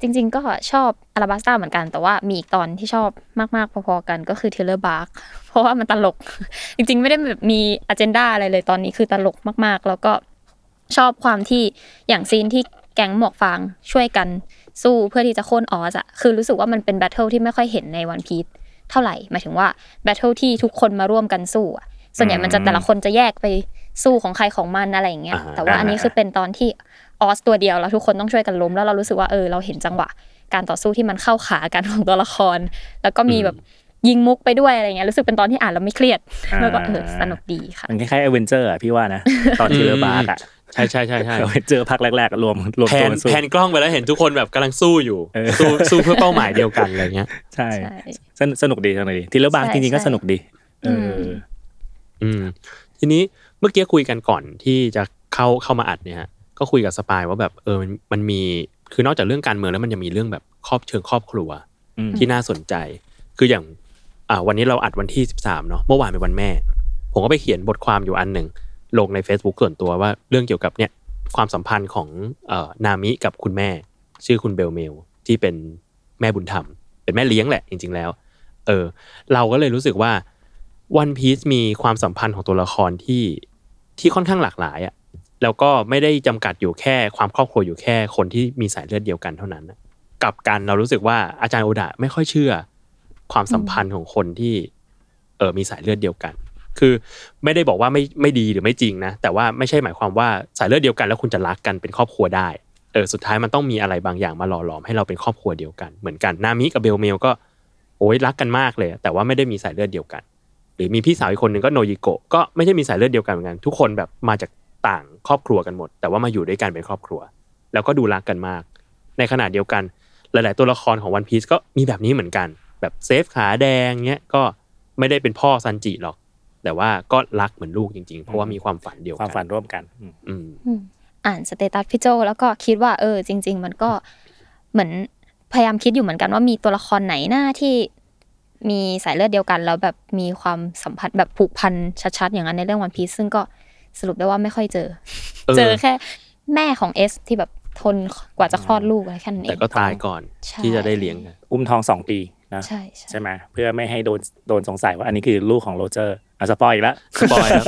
จริง ๆ ก็ชอบอาราบัสต้าเหมือนกันแต่ว่ามีอีกตอนที่ชอบมาก ๆ พอๆกันก็คือเทเลอร์บาร์กเพราะว่ามันตลก จริง ๆ ไม่ได้แบบมีอ g e n d a อะไรเลยตอนนี้คือตลกมาก ๆ แล้วก็ชอบความที่อย่างซีนที่แก๊งหมวกฟางช่วยกันสู้เพื่อที่จะโค่นออสอะคือรู้สึกว่ามันเป็นแบทเทิลที่ไม่ค่อยเห็นในวันพี e เท่าไหร่หมายถึงว่าแบทเทิลที่ทุกคนมาร่วมกันสู้อะส่วนใหญ่มันจะ
อืม
แต่ละคนจะแยกไปสู้ของใครของมันอะไรอย่างเงี้ย
อ่า
แต่ว่าอันนี้คือเป็นตอนที่ ออสตัวเดียวแล้วทุกคนต้องช่วยกันล้มแล้วเรารู้สึกว่าเออเราเห็นจังหวะ การต่อสู้ที่มันเข้าขากัน ของตัวละคร แล้วก็มีแบบยิงมุกไปด้วยอะไรเงี้ยรู้สึกเป็นตอนที่อ่านแล้วไม่เครียด
อ่า
แล้วก็เออสนุกดีค่ะ
มันคล้ายๆเอเวนเจอร์อะพี่ว่านะ ตอน
อืม
ทีเลอร์บาร์กอะ
ใช่ใช่ใช่ใช่
เอเวนเจอร์ภาคแรกๆรวมรวม
แพ
ตัวน กันสู้
แพนกล้องไปแล้วเห็นทุกคนแบบกำลังสู้อยู่
เออ
สู้สู้เพื่อเป้าหมายเดียวกันอะไรเงี้ย
ใช่
ใช่
สนุกสนุกดีสนุกดีทีเลอร์บาร์ก
ใช่
จริงๆก็
ใช่
สนุกดีเอออ
ม
อืมทีนี้เมื่อกี้คุยกันก่อนที่จะเข้าเข้ามาอัดเนี่ยฮะก็คุยกับสปายว่าแบบเออมันมันมีคือนอกจากเรื่องการเมืองแล้วมันยังมีเรื่องแบบครอบเชิงครอบครัว
อืม
ที่น่าสนใจ คืออย่างอ่าวันนี้เราอัดวันที่ 13เนาะเมื่อวานเป็นวันแม่ ผมก็ไปเขียนบทความอยู่อันหนึ่งลงใน Facebook ส่วนตัวว่าเรื่องเกี่ยวกับเนี่ยความสัมพันธ์ของเอ่อนามิกับคุณแม่ ชื่อคุณเบลเมลที่เป็นแม่บุญธรรม เป็นแม่เลี้ยงแหละจริง ๆ แล้ว เออ เราก็เลยรู้สึกว่า One Piece มีความสัมพันธ์ของตัวละครที่ที่ค่อนข้างหลากหลายอะ่ะแล้วก็ไม่ได้จำกัดอยู่แค่ความครอบครัวอยู่แค่คนที่มีสายเลือดเดียวกันเท่านั้นน่ะกลับกันเรารู้สึกว่าอาจารย์โอดะไม่ค่อยเชื่อ ความสัมพันธ์ของคนที่เออมีสายเลือดเดียวกัน คือไม่ได้บอกว่าไม่ไม่ดีหรือไม่จริงนะ แต่ว่าไม่ใช่หมายความว่าสายเลือดเดียวกัน แล้วคุณจะรักกันเป็นครอบครัวได้ เออสุดท้ายมันต้องมีอะไรบางอย่างมาหล่อหลอมให้เราเป็นครอบครัวเดียวกัน เหมือนกันนามิกับเบลเมลก็โอ้ยรักกันมากเลย แต่ว่าไม่ได้มีสายเลือดเดียวกัน หรือมีพี่สาวอีกคนหนึ่งก็โนยิโกะก็ไม่ใช่มีสายเลือดเดียวกันเหมือนกัน ทุกคนแบบมาจากต่างครอบครัวกันหมด แต่ว่ามาอยู่ด้วยกันเป็นครอบครัว แล้วก็ดูรักกันมาก ในขณะเดียวกัน หลาย ๆ ตัวละครของวันพีซก็มีแบบนี้เหมือนกัน แบบเซฟขาแดงเนี้ยก็ไม่ได้เป็นพ่อซันจิหรอก แต่ว่าก็รักเหมือนลูกจริง ๆ เพราะว่ามีความฝันเดียว
ควา
กั
มฝันร่วมกันอืม
อืม
อืมอ่านสเตตัสพี่โจแล้วก็คิดว่าเออจริง ๆ มันก็เหมือนพยายามคิดอยู่เหมือนกันว่ามีตัวละครไหนหน้าที่ มีสายเลือดเดียวกัน แล้วแบบมีความสัมพันธ์แบบผูกพันชัดๆ อย่างนั้นในเรื่องวันพีซซึ่งก็สรุปได้ว่าไม่ค่อยเจอ
เออ
เจอแค่แม่ของเอสที่แบบทนกว่าจะคลอดลูกอะไรแค่นั้นเอง
แต่ก็ตายก่อน
ใช่
ที่จะได้เลี้ยงกัน
อุ้มท้องสองปีนะ
ใช่ใช่
ใช่ไหมเพื่อไม่ให้โดนโดนสงสัยว่าอันนี้คือลูกของโรเจอร์อ่ะสปอยอีกแล้ว
สปอยแล้ว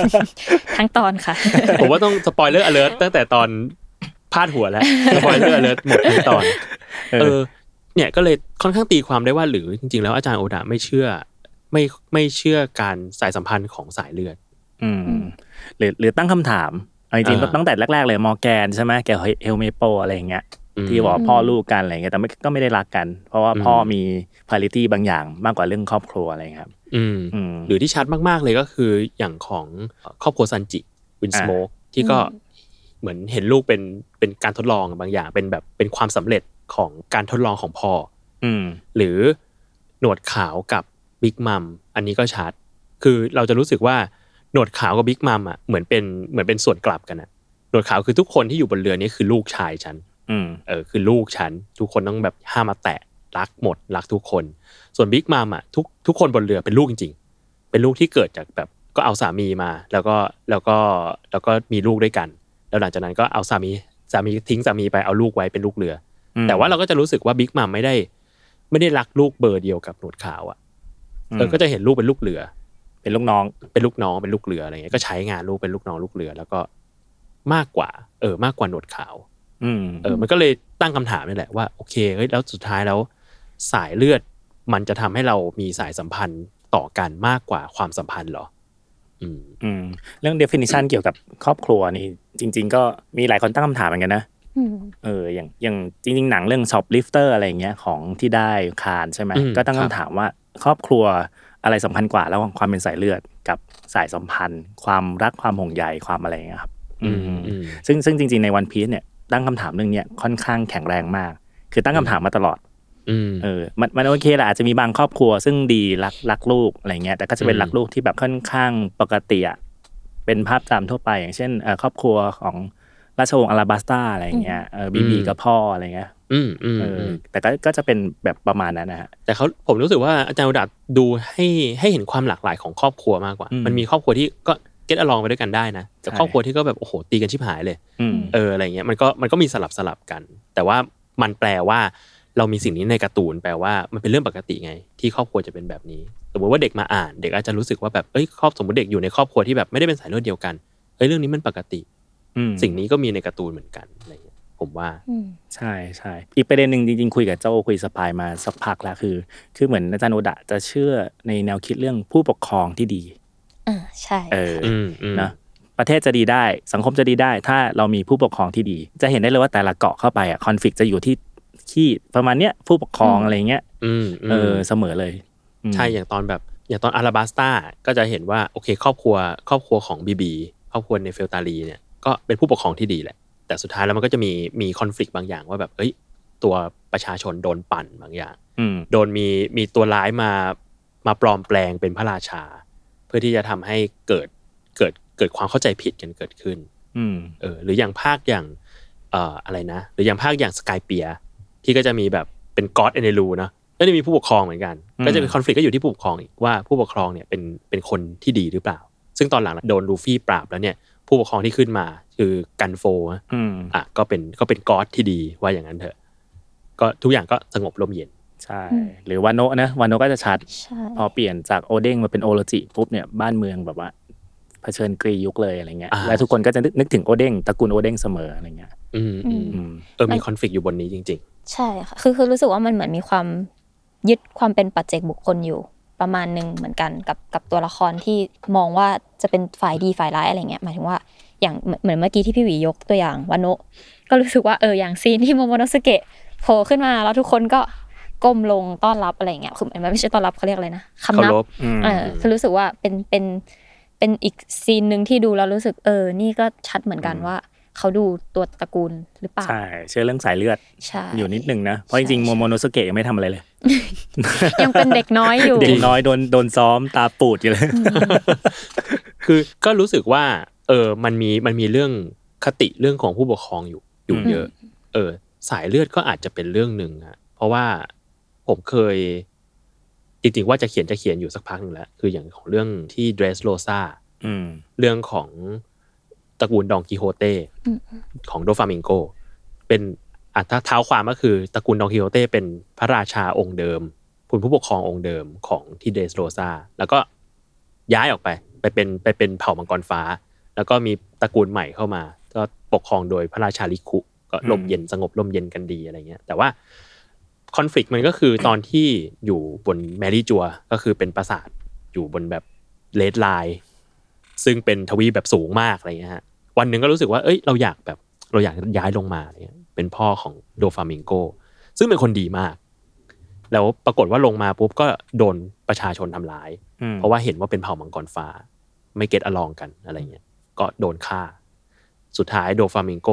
ทั้งตอนค่ะ
ผมว่าต้องสปอยเลอร์อเลิร์ตั้งแต่ตอนพาดหัวแล้วสปอยเลอร์อเลิร์หมดทั้งตอน
เออ
เออ เนี่ยก็เลยค่อนข้างตีความได้ว่าหรือจริง ๆ แล้วอาจารย์โอดาไม่เชื่อ ไม่ไม่เชื่อการสายสัมพันธ์ของสายเลือด
อืมหรือหรือตั้งคำถามเอาจริงๆ
อ่า
ตั้งแต่แรก ๆ เลยมอร์แกนใช่ไหมแกเฮลเมโปอะไรอย่างเงี้ย
อืม
ที่บอกว่าพ่อลูกกันอะไรเงี้ยแต่ไม่ก็ไม่ได้รักกัน เพราะว่า
อืม
พ่อมีพาริตี้บางอย่างมากกว่าเรื่องครอบครัวอะไรเงี้ยครับ
อืม
อืม
หรือที่ชัดมากๆเลยก็คืออย่างของครอบครัวซันจิวินสโมกที่ก็
อืม
เหมือนเห็นลูกเป็นเป็นการทดลองบางอย่างเป็นแบบเป็นความสำเร็จของการทดลองของพ่อ
อืม
หรือหนวดขาวกับบิ๊กมัมอันนี้ก็ชัด คือเราจะรู้สึกว่าหนวดขาวกับบิ๊กมัมอ่ะเหมือนเป็นเหมือนเป็นส่วนกลับกันอ่ะหนวดขาวคือทุกคนที่อยู่บนเรือนี้คือลูกชายฉัน
อืม
เออคือลูกฉัน ทุกคนต้องแบบห้ามมาแตะรักหมดรักทุกคน ส่วนบิ๊กมามอ่ะทุกทุกคนบนเรือเป็นลูกจริง ๆ เป็นลูกที่เกิดจากแบบก็เอาสามีมา แล้วก็แล้วก็แล้วก็มีลูกด้วยกัน แล้วหลังจากนั้นก็เอาสามีสามีทิ้งสามีไปเอาลูกไว้เป็นลูกเรือ
อืม
แต่ว่าเราก็จะรู้สึกว่าบิ๊กมามไม่ได้ ไม่ได้รักลูกเบอร์เดียวกับหนวดขาวอ่ะ
อืม
เออก็จะเห็นลูกเป็นลูกเรือ
เป็นลูกน้อง
เป็นลูกน้องเป็นลูกเรืออะไรเงี้ยก็ใช้งานลูกเป็นลูกน้องลูกเรือ แล้วก็มากกว่า เออ มากกว่าหนวดขาว
อืม
เออ มันก็เลยตั้งคำถามนี่แหละว่าโอเคเฮ้ยแล้วสุดท้ายแล้ว สายเลือดมันจะทำให้เรามีสายสัมพันธ์ต่อกันมากกว่าความสัมพันธ์เหรอ อืม
อืม เรื่อง definition เกี่ยวกับครอบครัวนี่ จริง ๆ ก็มีหลายคนตั้งคำถามเหมือนกันนะ
อืม
เออ อย่างอย่างจริง ๆ หนังเรื่อง shoplifter อะไรอย่างเงี้ยของที่ได้คานใช่ไหม
อืม
ก็ตั้ง
ครั
คำ
บ
ถามว่าครอบครัวอะไรสำคัญกว่าแล้วของความเป็นสายเลือดกับสายสัมพันธ์ ความรักความห่วงใยความอะไรอย่างเงี้ยครับ
อืมอืม
ซึ่งซึ่งจริง ๆ ในวันพี e เนี่ยตั้งคำถามเรื่องเนี้ยค่อนข้างแข็งแรงมาก คือตั้งคำถามมาตลอด
อืม
เออ มันมันโอเคแหละอาจจะมีบางครอบครัว ซึ่งดีรักรักลูกอะไรเงี้ย แต่ก็จะเป็น
อืม
รักลูกที่แบบค่อนข้างปกติอะเป็นภาพจำทั่วไป อย่างเช่นเอ่อครอบครัวของราชวงศ์อลาบาสตาอะไรเงี้ยเออบีบีกับพ่ออะไรเงี้ย
อืมอืม
เอออ
ม
แต่ก็ก็จะเป็นแบบประมาณนั้นนะฮะ
แต่เขาผมรู้สึกว่าอาจารย์อุดัตดูให้ให้เห็นความหลากหลายของครอบครัวมากกว่า
อืม
มันมีครอบครัวที่ก็เก็ตอลองไปด้วยกันได้นะกับ
ใช่
ครอบครัวที่ก็แบบโอ้โหตีกันชิบหายเลย
อืม
เอออะไรเงี้ยมันก็มันก็มีสลับสลับกัน แต่ว่ามันแปลว่าเรามีสิ่งนี้ในการ์ตูนแปลว่ามันเป็นเรื่องปกติไง ที่ครอบครัวจะเป็นแบบนี้สมมติว่าเด็กมาอ่าน เด็กอาจจะรู้สึกว่าแบบเอ้ยครอบสมมติเด็กอยู่ในครอบครัวที่แบบไม่ได้เป็นสายเลือดเดียวกันเอ้ยเรื่องนี้มันปกติ
อืม
สิ่งนี้ก็มีในการ์ตูนเหมือนกันอะไรเงี้ยผมว่า
อืม
ใช่ใช่อีกประเด็นหนึ่งจริงๆ คุยกับเจ้าคุยสปายมาสักพักแล้วคือ คือเหมือนอาจารย์โอดะจะเชื่อในแนวคิดเรื่องผู้ปกครองที่ดี
อ่าใช่
เออ
อืมอืม
นะประเทศจะดีได้สังคมจะดีได้ ถ้าเรามีผู้ปกครองที่ดี จะเห็นได้เลยว่าแต่ละเกาะเข้าไปอ่ะคอนฟ lict จะอยู่ที่ที่ประมาณเนี้ยผู้ปกครองอะไรเงี้ย
อืมอืม
เออเสมอเลยอืม
ใช่ อย่างตอนแบบ อย่างตอนอาราบาสตาก็จะเห็นว่า โอเค ครอบครัว ครอบครัวของบีบี ครอบครัวในเฟลตาลีเนี่ย ก็เป็นผู้ปกครองที่ดีแหละ แต่สุดท้ายแล้วมันก็จะมี มีคอน FLICT บางอย่างว่าแบบ เอ้ย ตัวประชาชนโดนปั่นบางอย่าง
อืม
โดนมี มีตัวร้ายมา มาปลอมแปลงเป็นพระราชา เพื่อที่จะทำให้เกิด เกิด เกิดความเข้าใจผิดกันเกิดขึ้น
อืม
เออหรืออย่างภาคอย่างเอ่ออะไรนะ หรืออย่างภาคอย่างสกายเปียที่ก็จะมีแบบเป็นก็อดเอเนรูเนาะก็จะมีผู้ปกครองเหมือนกัน
อืม
ก็จะเป็นคอนฟ lict ก็อยู่ที่ผู้ปกครองอีกว่าผู้ปกครองเนี่ยเป็นเป็นคนที่ดีหรือเปล่า ซึ่งตอนหลังโดนลูฟี่ปราบแล้วเนี่ยผู้ปกครองที่ขึ้นมาคือกันโฟนะ
อืม
อ่ะก็เป็นก็เป็นก็อดที่ดีว่าอย่างนั้นเถอะ ก็ทุกอย่างก็สงบร่มเย็น
ใช่ หรือวานโนะนะวานโนะก็จะชัด
ใช่
พอเปลี่ยนจากโอเด้งมาเป็นโอโรจิปุ๊บเนี่ยบ้านเมืองแบบว่าเผชิญกรียุคเลยอะไรเงี้ย
อ่า
แล้วทุกคนก็จะนึกนึกถึงโอเด้งตระกูลโอเด้งเสมออะไรเงี้ย
อืมอืม
อืม
เออมีคอนฟ lict อยู่บนนี้จริง
ใช่ค่ะคือคือรู้สึกว่ามันเหมือนมีความยึดความเป็นปัจเจกบุคคลอยู่ประมาณหนึ่งเหมือนกันกับกับตัวละครที่มองว่าจะเป็นฝ่ายดีฝ่ายร้ายอะไรเงี้ยหมายถึงว่าอย่างเหมือนเหมือนเมื่อกี้ที่พี่หวียกตัวอย่างวานุก็รู้สึกว่าเอออย่างซีนที่โมโมโนสเกะโผล่ขึ้นมาแล้วทุกคนก็ก้มลงต้อนรับอะไรเงี้ยคือมันไม่ใช่ต้อนรับเขาเรียกอะไรนะ
ๆ
คำ
เคา
นับ
รพ
อืม
เออคือรู้สึกว่าเป็นเป็นเป็นอีกซีนหนึ่งที่ดูแล้วรู้สึกเออ นี่ก็ชัดเหมือนกันว่า เขาดูตัวตระกูลหรือเปล่า
ใช่เชื่อเรื่องสายเลือด
ใช่
อยู่นิดนึงนะ เพราะจริงๆโมโมโนสเกะยังไม่ทำอะไรเลย
ยังเป็นเด็กน้อยอยู่
เด็กน้อยโดนโดนซ้อมตาปูดอยู่เลย
คือก็รู้สึกว่า เออมันมีมันมีเรื่องคติเรื่องของผู้ปกครองอยู่อยู่
อืม
เยอะ เออ สายเลือดก็อาจจะเป็นเรื่องหนึ่งอะเพราะว่าผมเคย จริงๆว่าจะเขียนจะเขียนอยู่สักพักหนึ่งแล้ว คืออย่างของเรื่องที่ Dress Rosa
อืม
เรื่องของตระกูลดองกิโฮเต้
อืม
ของโดฟามิงโก เป็นอัถ้าเท้าความก็คือตระกูลดองกิโฮเต้เป็นพระราชาองค์เดิมคุณผู้ปกครององค์เดิมของที่เดสโรซาแล้วก็ย้ายออกไป ไปเป็นไปเป็นเผ่ามังกรฟ้า แล้วก็มีตระกูลใหม่เข้ามา ก็ปกครองโดยพระราชาลิคุก็
อืม
ลมเย็นสงบลมเย็นกันดีอะไรเงี้ยแต่ว่าคอนฟ lict มันก็คือตอนที่อยู่บนแมรี่จัว ก็คือเป็นปราสาทอยู่บนแบบเลดไลน์ซึ่งเป็นทวีปแบบสูงมากอะไรเงี้ยฮะวันหนึ่งก็รู้สึกว่าเอ้ยเราอยากแบบเราอยากย้ายลงมาอะไรเงี้ยเป็นพ่อของโดฟามิงโก ซึ่งเป็นคนดีมาก แล้วปรากฏว่าลงมาปุ๊บก็โดนประชาชนทำร้าย
อืม
เพราะว่าเห็นว่าเป็นเผ่ามังกรฟ้า ไม่เก็ตอลองกันอะไรเงี้ยก็โดนฆ่า สุดท้ายโดฟามิงโก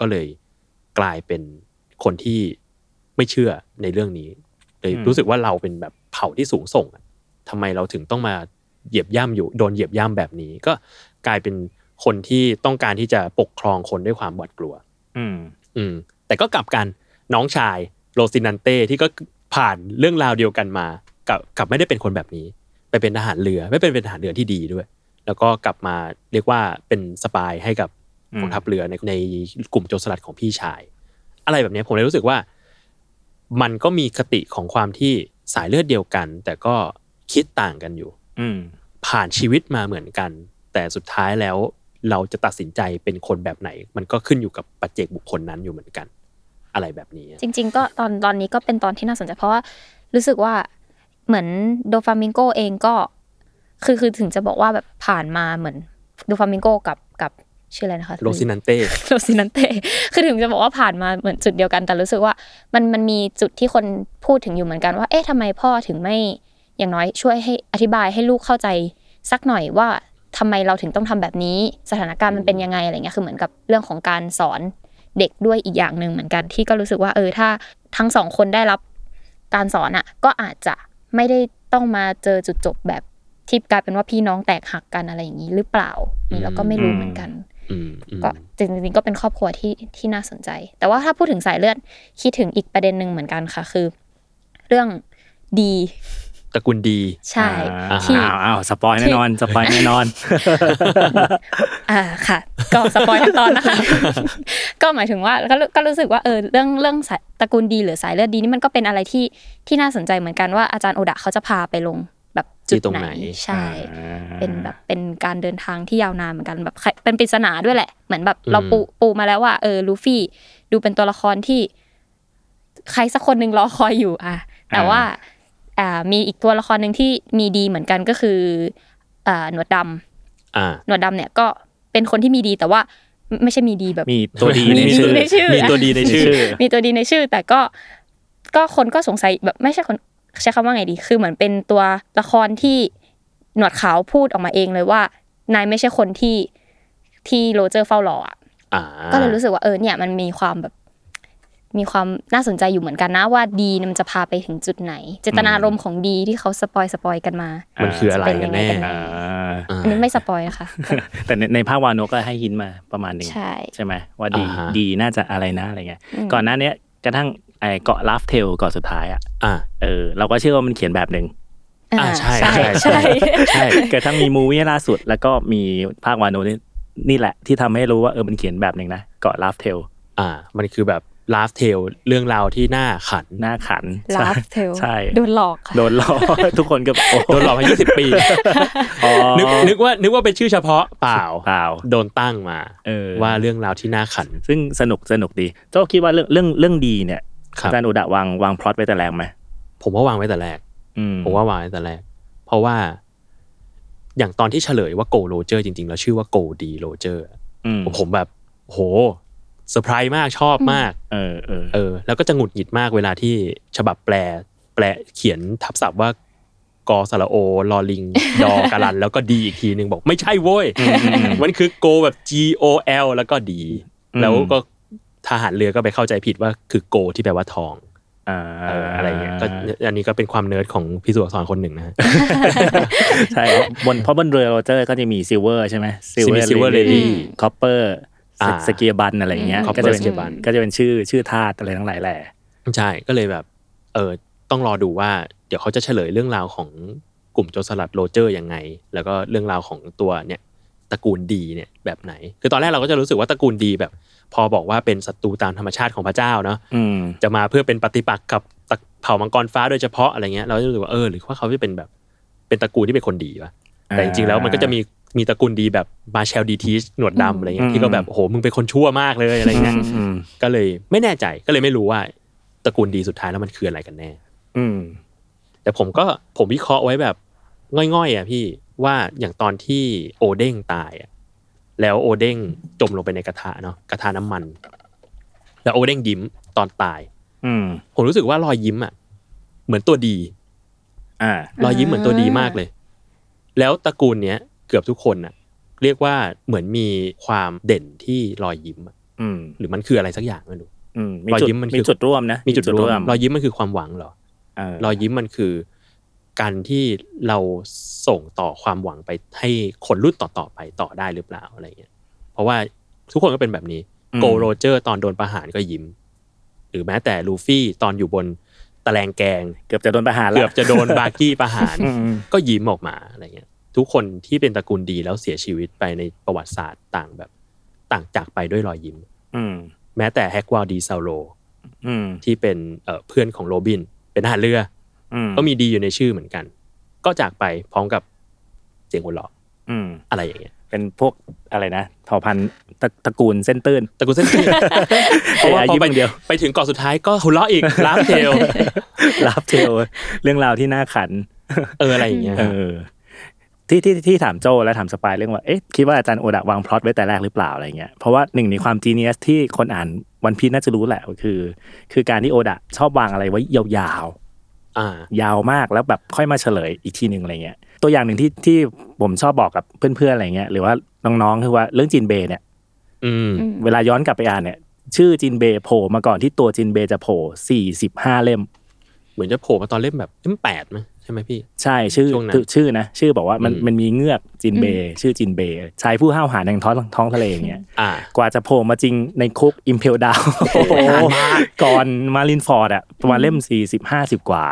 ก็เลยกลายเป็นคนที่ไม่เชื่อในเรื่องนี้ เลยรู้สึกว่าเราเป็นแบบเผ่าที่สูงส่งอะทำไมเราถึงต้องมาเหยียบย่ำอยู่ โดนเหยียบย่ำแบบนี้ ก็กลายเป็นคนที่ต้องการที่จะปกครองคนด้วยความหวาดกลัว
อืม
อืมแต่ก็กลับกันน้องชายโรซินันเต้ที่ก็ผ่านเรื่องราวเดียวกันมากลับกลับไม่ได้เป็นคนแบบนี้ ไปเป็นทหารเรือไม่เป็นเป็นทหารเรือที่ดีด้วย แล้วก็กลับมาเรียกว่าเป็นสปายให้กับ
อืม
กองทัพเรือในในกลุ่มโจรสลัดของพี่ชาย อะไรแบบเนี้ยผมเลยรู้สึกว่า มันก็มีคติของความที่สายเลือดเดียวกัน แต่ก็คิดต่างกันอยู่
อืม
ผ่านชีวิตมาเหมือนกัน แต่สุดท้ายแล้วเราจะตัดสินใจเป็นคนแบบไหน มันก็ขึ้นอยู่กับปัจเจกบุคคลนั้นอยู่เหมือนกัน อะไรแบบนี้
จริง ๆ ก็ตอนตอนนี้ก็เป็นตอนที่น่าสนใจเพราะว่ารู้สึกว่าเหมือนโดฟามิงโกเองก็ คือคือถึงจะบอกว่าแบบผ่านมาเหมือนโดฟามิงโกกับกับชื่ออะไรนะคะ
โรซินันเต้
โรซินัน เต้คือถึงจะบอกว่าผ่านมาเหมือนจุดเดียวกัน แต่รู้สึกว่ามันมันมีจุดที่คนพูดถึงอยู่เหมือนกันว่า เอ๊ะทำไมพ่อถึงไม่อย่างน้อยช่วยให้อธิบายให้ลูกเข้าใจ สักหน่อยว่าทำไมเราถึงต้องทำแบบนี้ สถานการณ์มันเป็นยังไงอะไรเงี้ยคือเหมือนกับเรื่องของการสอนเด็กด้วยอีกอย่างหนึ่งเหมือนกันที่ก็รู้สึกว่าเออถ้าทั้งสองคนได้รับการสอนอ่ะ ก็อาจจะไม่ได้ต้องมาเจอจุดจบแบบที่กลายเป็นว่าพี่น้องแตกหักกันอะไรอย่างนี้หรือเปล่านี่เราก็ไม่รู้เหมือนกัน
อืมอืม
ก็จริงๆก็เป็นครอบครัวที่ที่น่าสนใจ แต่ว่าถ้าพูดถึงสายเลือดคิดถึงอีกประเด็นหนึ่งเหมือนกันค่ะ คือ เรื่องดี
ตระกูลดี
ใช่
อ่า
ที่
อ้าวอ้าวสปอยแน่นอนสปอยแน่นอน
อ่าค่ะ ก็สปอยทั้งตอนนะคะ ก็หมายถึงว่าก็รู้ก็รู้สึกว่าเออเรื่องเรื่องสายตระกูลดีหรือสายเลือดดีนี่มันก็เป็นอะไรที่ที่น่าสนใจเหมือนกันว่าอาจารย์โอดะเขาจะพาไปลงแบบจุด
ที่ตรง
ไหน
ไหน
ใช่ เป็นแบบเป็นการเดินทางที่ยาวนานเหมือนกันแบบใครเป็นปริศนาด้วยแหละ เหมือนแบบ
อืม
เราปูปูมาแล้วว่าเออลูฟี่ ดูเป็นตัวละครที่ ใครสักคนหนึ่งรอคอยอยู่อ่ะแต่ว่าอ่ามีอีกตัวละครหนึ่งที่มีดีเหมือนกันก็คืออ่าหนวดดำ
อ่า
หนวดดำเนี่ยก็เป็นคนที่มีดีแต่ว่าไม่ไม่ใช่มีดีแบบ
มีตัวดีใน
มี
ชื่อ
ในชื่อ
มีตัวดีในชื่อ
มีตัวดีในชื่อ แต่ก็ก็คนก็สงสัยแบบไม่ใช่คนใช้คำว่าไงดี คือเหมือนเป็นตัวละครที่หนวดขาวพูดออกมาเองเลยว่านายไม่ใช่คนที่ที่โรเจอร์เฝ้ารออ่ะ
อ่า
ก็เลยรู้สึกว่าเออเนี่ยมันมีความแบบ มีความน่าสนใจอยู่เหมือนกันนะว่าดีเนี่ยมันจะพาไปถึงจุดไหน เจตนารมณ์ของดีที่เขาสปอยสปอยกันมา
มันคืออะไรกัน
จะเป็
แน่
นยังไงกันแน่
อ่า
อ่า
อันนี้ไม่สปอยนะคะก็
แต่ในในภาควาโนะก็ให้หินมาประมาณหนึ่ง
ใช่
ใช่ไหมว่าดี
อ่าฮะ
ดีน่าจะอะไรนะอะไรเงี้ย
อืม
ก่อนหน้าเนี้ยกระทั่งไอ้เกาะลาฟเทลเกาะสุดท้ายอ่ะ
อ่า
เออเราก็เชื่อว่ามันเขียนแบบหนึ่ง
อ่าใช่
ใช่
ใช่ใช่
ใช่
ใช่
กระทั่งมีมูวี่ล่าสุด แล้วก็มีภาควาโนะนี่นี่แหละที่ทำให้รู้ว่าเออมันเขียนแบบหนึ่งนะเกาะลาฟเทล
อ่า มันคือแบบลาฟเทลเรื่องราวที่น่าขัน
หน้าขัน
ลา
ใช่
ฟเทล
ใช่
โดนหลอกค่ะ
โดนหลอก ทุกคนก็โอ้
โดนหลอกมา 20 ปี
อ๋อ
นึกนึกว่านึกว่าเป็นชื่อเฉพาะเปล่า
เปล่า
โดนตั้งมา
เออ
ว่าเรื่องราวที่น่าขัน
ซึ่งสนุกสนุกดีเจ้าคิดว่าเรื่องเรื่องเรื่องดีเนี่ย
ครับ
อาจารย์อุดะวางวางพล็อตไว้แต่แรงไหม
ผมว่าวางไว้แต่แรก
อืม
ผมว่าวางไว้แต่แรก เพราะว่า อย่างตอนที่เฉลยว่าโกโรเจอร์จริงๆ แล้วชื่อว่าโกดีโรเจอร์
อืม
ผมแบบโหเซอร์ไพรส์มากชอบมาก
เออเออ
เออ แล้วก็จะหงุดหงิดมากเวลาที่ฉบับแปล แปลเขียนทับศัพท์ว่ากอสระโอลอลิง ดอการัน แล้วก็ดีอีกทีหนึ่งบอก ไม่ใช่โว้ย มันคือโกแบบ G O L แล้วก็ดี แล้วก็ทหารเรือก็ไปเข้าใจผิดว่าคือโกที่แปลว่าทอง
อ่า
เอออะไรเงี้ยก็อันนี้ก็เป็นความเนิร์ดของพี่สุอักษรคนหนึ่งนะฮะ
ใช่บนเพราะบนเรือโรเจอร์ก็จะมีซิลเวอร์ใช่ไหม
มี Silver Lady
คอปเปอร์
อ่า
สเกียบันอะไรเงี้ย
อืม Copper
ก็จะเป็น
Skier Bun
ก็จะเป็นชื่อชื่อธาตุอะไรทั้งหลายแหละ
ใช่ก็เลยแบบ เออต้องรอดูว่า ดี๋ยวเขาจะเฉลยเรื่องราวของกลุ่มโจรสลัดโรเจอร์ยังไง แล้วก็เรื่องราวของตัวเนี่ยตระกูลดีเนี่ยแบบไหน คือตอนแรกเราก็จะรู้สึกว่าตระกูลดีแบบ พอบอกว่าเป็นศัตรูตามธรรมชาติของพระเจ้าเนาะ
อืม
จะมาเพื่อเป็นปฏิปักษ์กับตระเผ่ามังกรฟ้าโดยเฉพาะอะไรเงี้ยเราจะรู้สึกว่าเออหรือว่าเขาจะเป็นแบบเป็นตระกูลที่เป็นคนดีวะแต่จริงๆแล้วมันก็จะมีมีตระกูลดีแบบมาเชลดีทีชหนวดดำอะไรเงี้
อืม
ยที่ก็แบบโอ้โหมึงเป็นคนชั่วมากเลยอะไร
อื
เงี้ย
มอืม
ก็เลยไม่แน่ใจก็เลยไม่รู้ว่าตระกูลดีสุดท้ายแล้วมันคืออะไรกันแน่
อืม
แต่ผมก็ผมวิเคราะห์ไว้แบบง่อยๆอ่ะพี่ว่าอย่างตอนที่โอเด้งตายอ่ะแล้วโอเด้งจมลงไปในกระทะเนาะกระทะน้ำมัน แล้วโอเด้งยิ้มตอนตาย
อืม
ผมรู้สึกว่ารอยยิ้มอ่ะเหมือนตัวดี
อ่า
รอยยิ้มเหมือนตัวดีมากเลย แล้วตระกูลเนี้ยเกือบทุกคนอ่ะ เรียกว่าเหมือนมีความเด่นที่รอยยิ้มอะ
อืม
หรือมันคืออะไรสักอย่างไม่รู้
อืม มี
รอย
จุด
ยิ้มมันคือ
มีจุดร่วมนะ
มีจุดร่วมรอยยิ้มมันคือความหวังเหรอ
เออ
รอยยิ้มมันคือการที่เราส่งต่อความหวังไปให้คนรุ่นต่อๆไปต่อได้หรือเปล่าอะไรเงี้ย เพราะว่าทุกคนก็เป็นแบบนี้
อืม
โกโรเจอร์ตอนโดนประหารก็ยิ้ม หรือแม้แต่ลูฟี่ตอนอยู่บนตะแลงแกง
เกือบจะโดนประหารละ
เกือบจะโดนบาร์กี้ประหาร
อืม
ก็ยิ้มออกมาอะไรเงี้ย ทุกคนที่เป็นตระกูลดีแล้วเสียชีวิตไปในประวัติศาสตร์ต่างแบบต่างจากไปด้วยรอยยิ้ม
อืม
แม้แต่แฮกวาลดีซาโร
อืม
ที่เป็นเอ่อเพื่อนของโรบิน เป็นทหารเรือ
อืม
ก็มีดีอยู่ในชื่อเหมือนกัน ก็จากไปพร้อมกับเสียงหัวเราะ
อืม
อะไรอย่างเงี้ย
เป็นพวกอะไรนะเผ่าพันธุ์ตระตระกูลเส้นตื้น
แต่กูเส้น ตื้น เพราะว่า
เอ้ย
พอ
ยิ้ม
ไป
อย่างเดียว
ไปถึงเกาะสุดท้ายก็หัวเราะอีก ล้ามเทล
ลาบเทลเรื่องราวที่น่าขัน
เอออะไรอย่างเงี้ย
เออ ที่ที่ที่ถามโจและถามสปายเรื่องว่าเอ๊ะคิดว่าอาจารย์โอดะวางพล็อตไว้แต่แรกหรือเปล่าอะไรเงี้ยเพราะว่าหนึ่งในความจีเนียสที่คนอ่านวันพีน่าจะรู้แหละก็คือ คือการที่โอดะชอบวางอะไรไว้ยาวๆ
อ่าย
าวมากแล้วแบบค่อยมาเฉลยอีกทีหนึ่งอะไรเงี้ยตัวอย่างหนึ่งที่ที่ผมชอบบอกกับเพื่อนๆอะไรเงี้ยหรือว่าน้องๆคือว่าเรื่องจินเบย์เนี่ย
อืม
อืม
เวลาย้อนกลับไปอ่านเนี่ยชื่อจินเบย์โผล่มาก่อนที่ตัวจินเบย์จะโผล่สี่สิบห้าเล่ม
เหมือนจะโผล่มาตอนเล่มแบบเล่มแปดมั้ยใช่ไหมพี่
ใช่ชื่อ
ช่วงนั้น
ชื่อชื่อนะชื่อบอกว่ามัน
อืม
มันมีเงือกจินเบย์ชื่อจินเบย์ชายผู้ห้าวหาญแห่งท้องท้องทะเลอย่างเงี้ย
อ่าก
ว่าจะโผล่มาจริงในคุกอิมเพล ดาวก่อนมารินฟอร์ดอะประมาณเล่มสี่สิบห้าสิบกว่า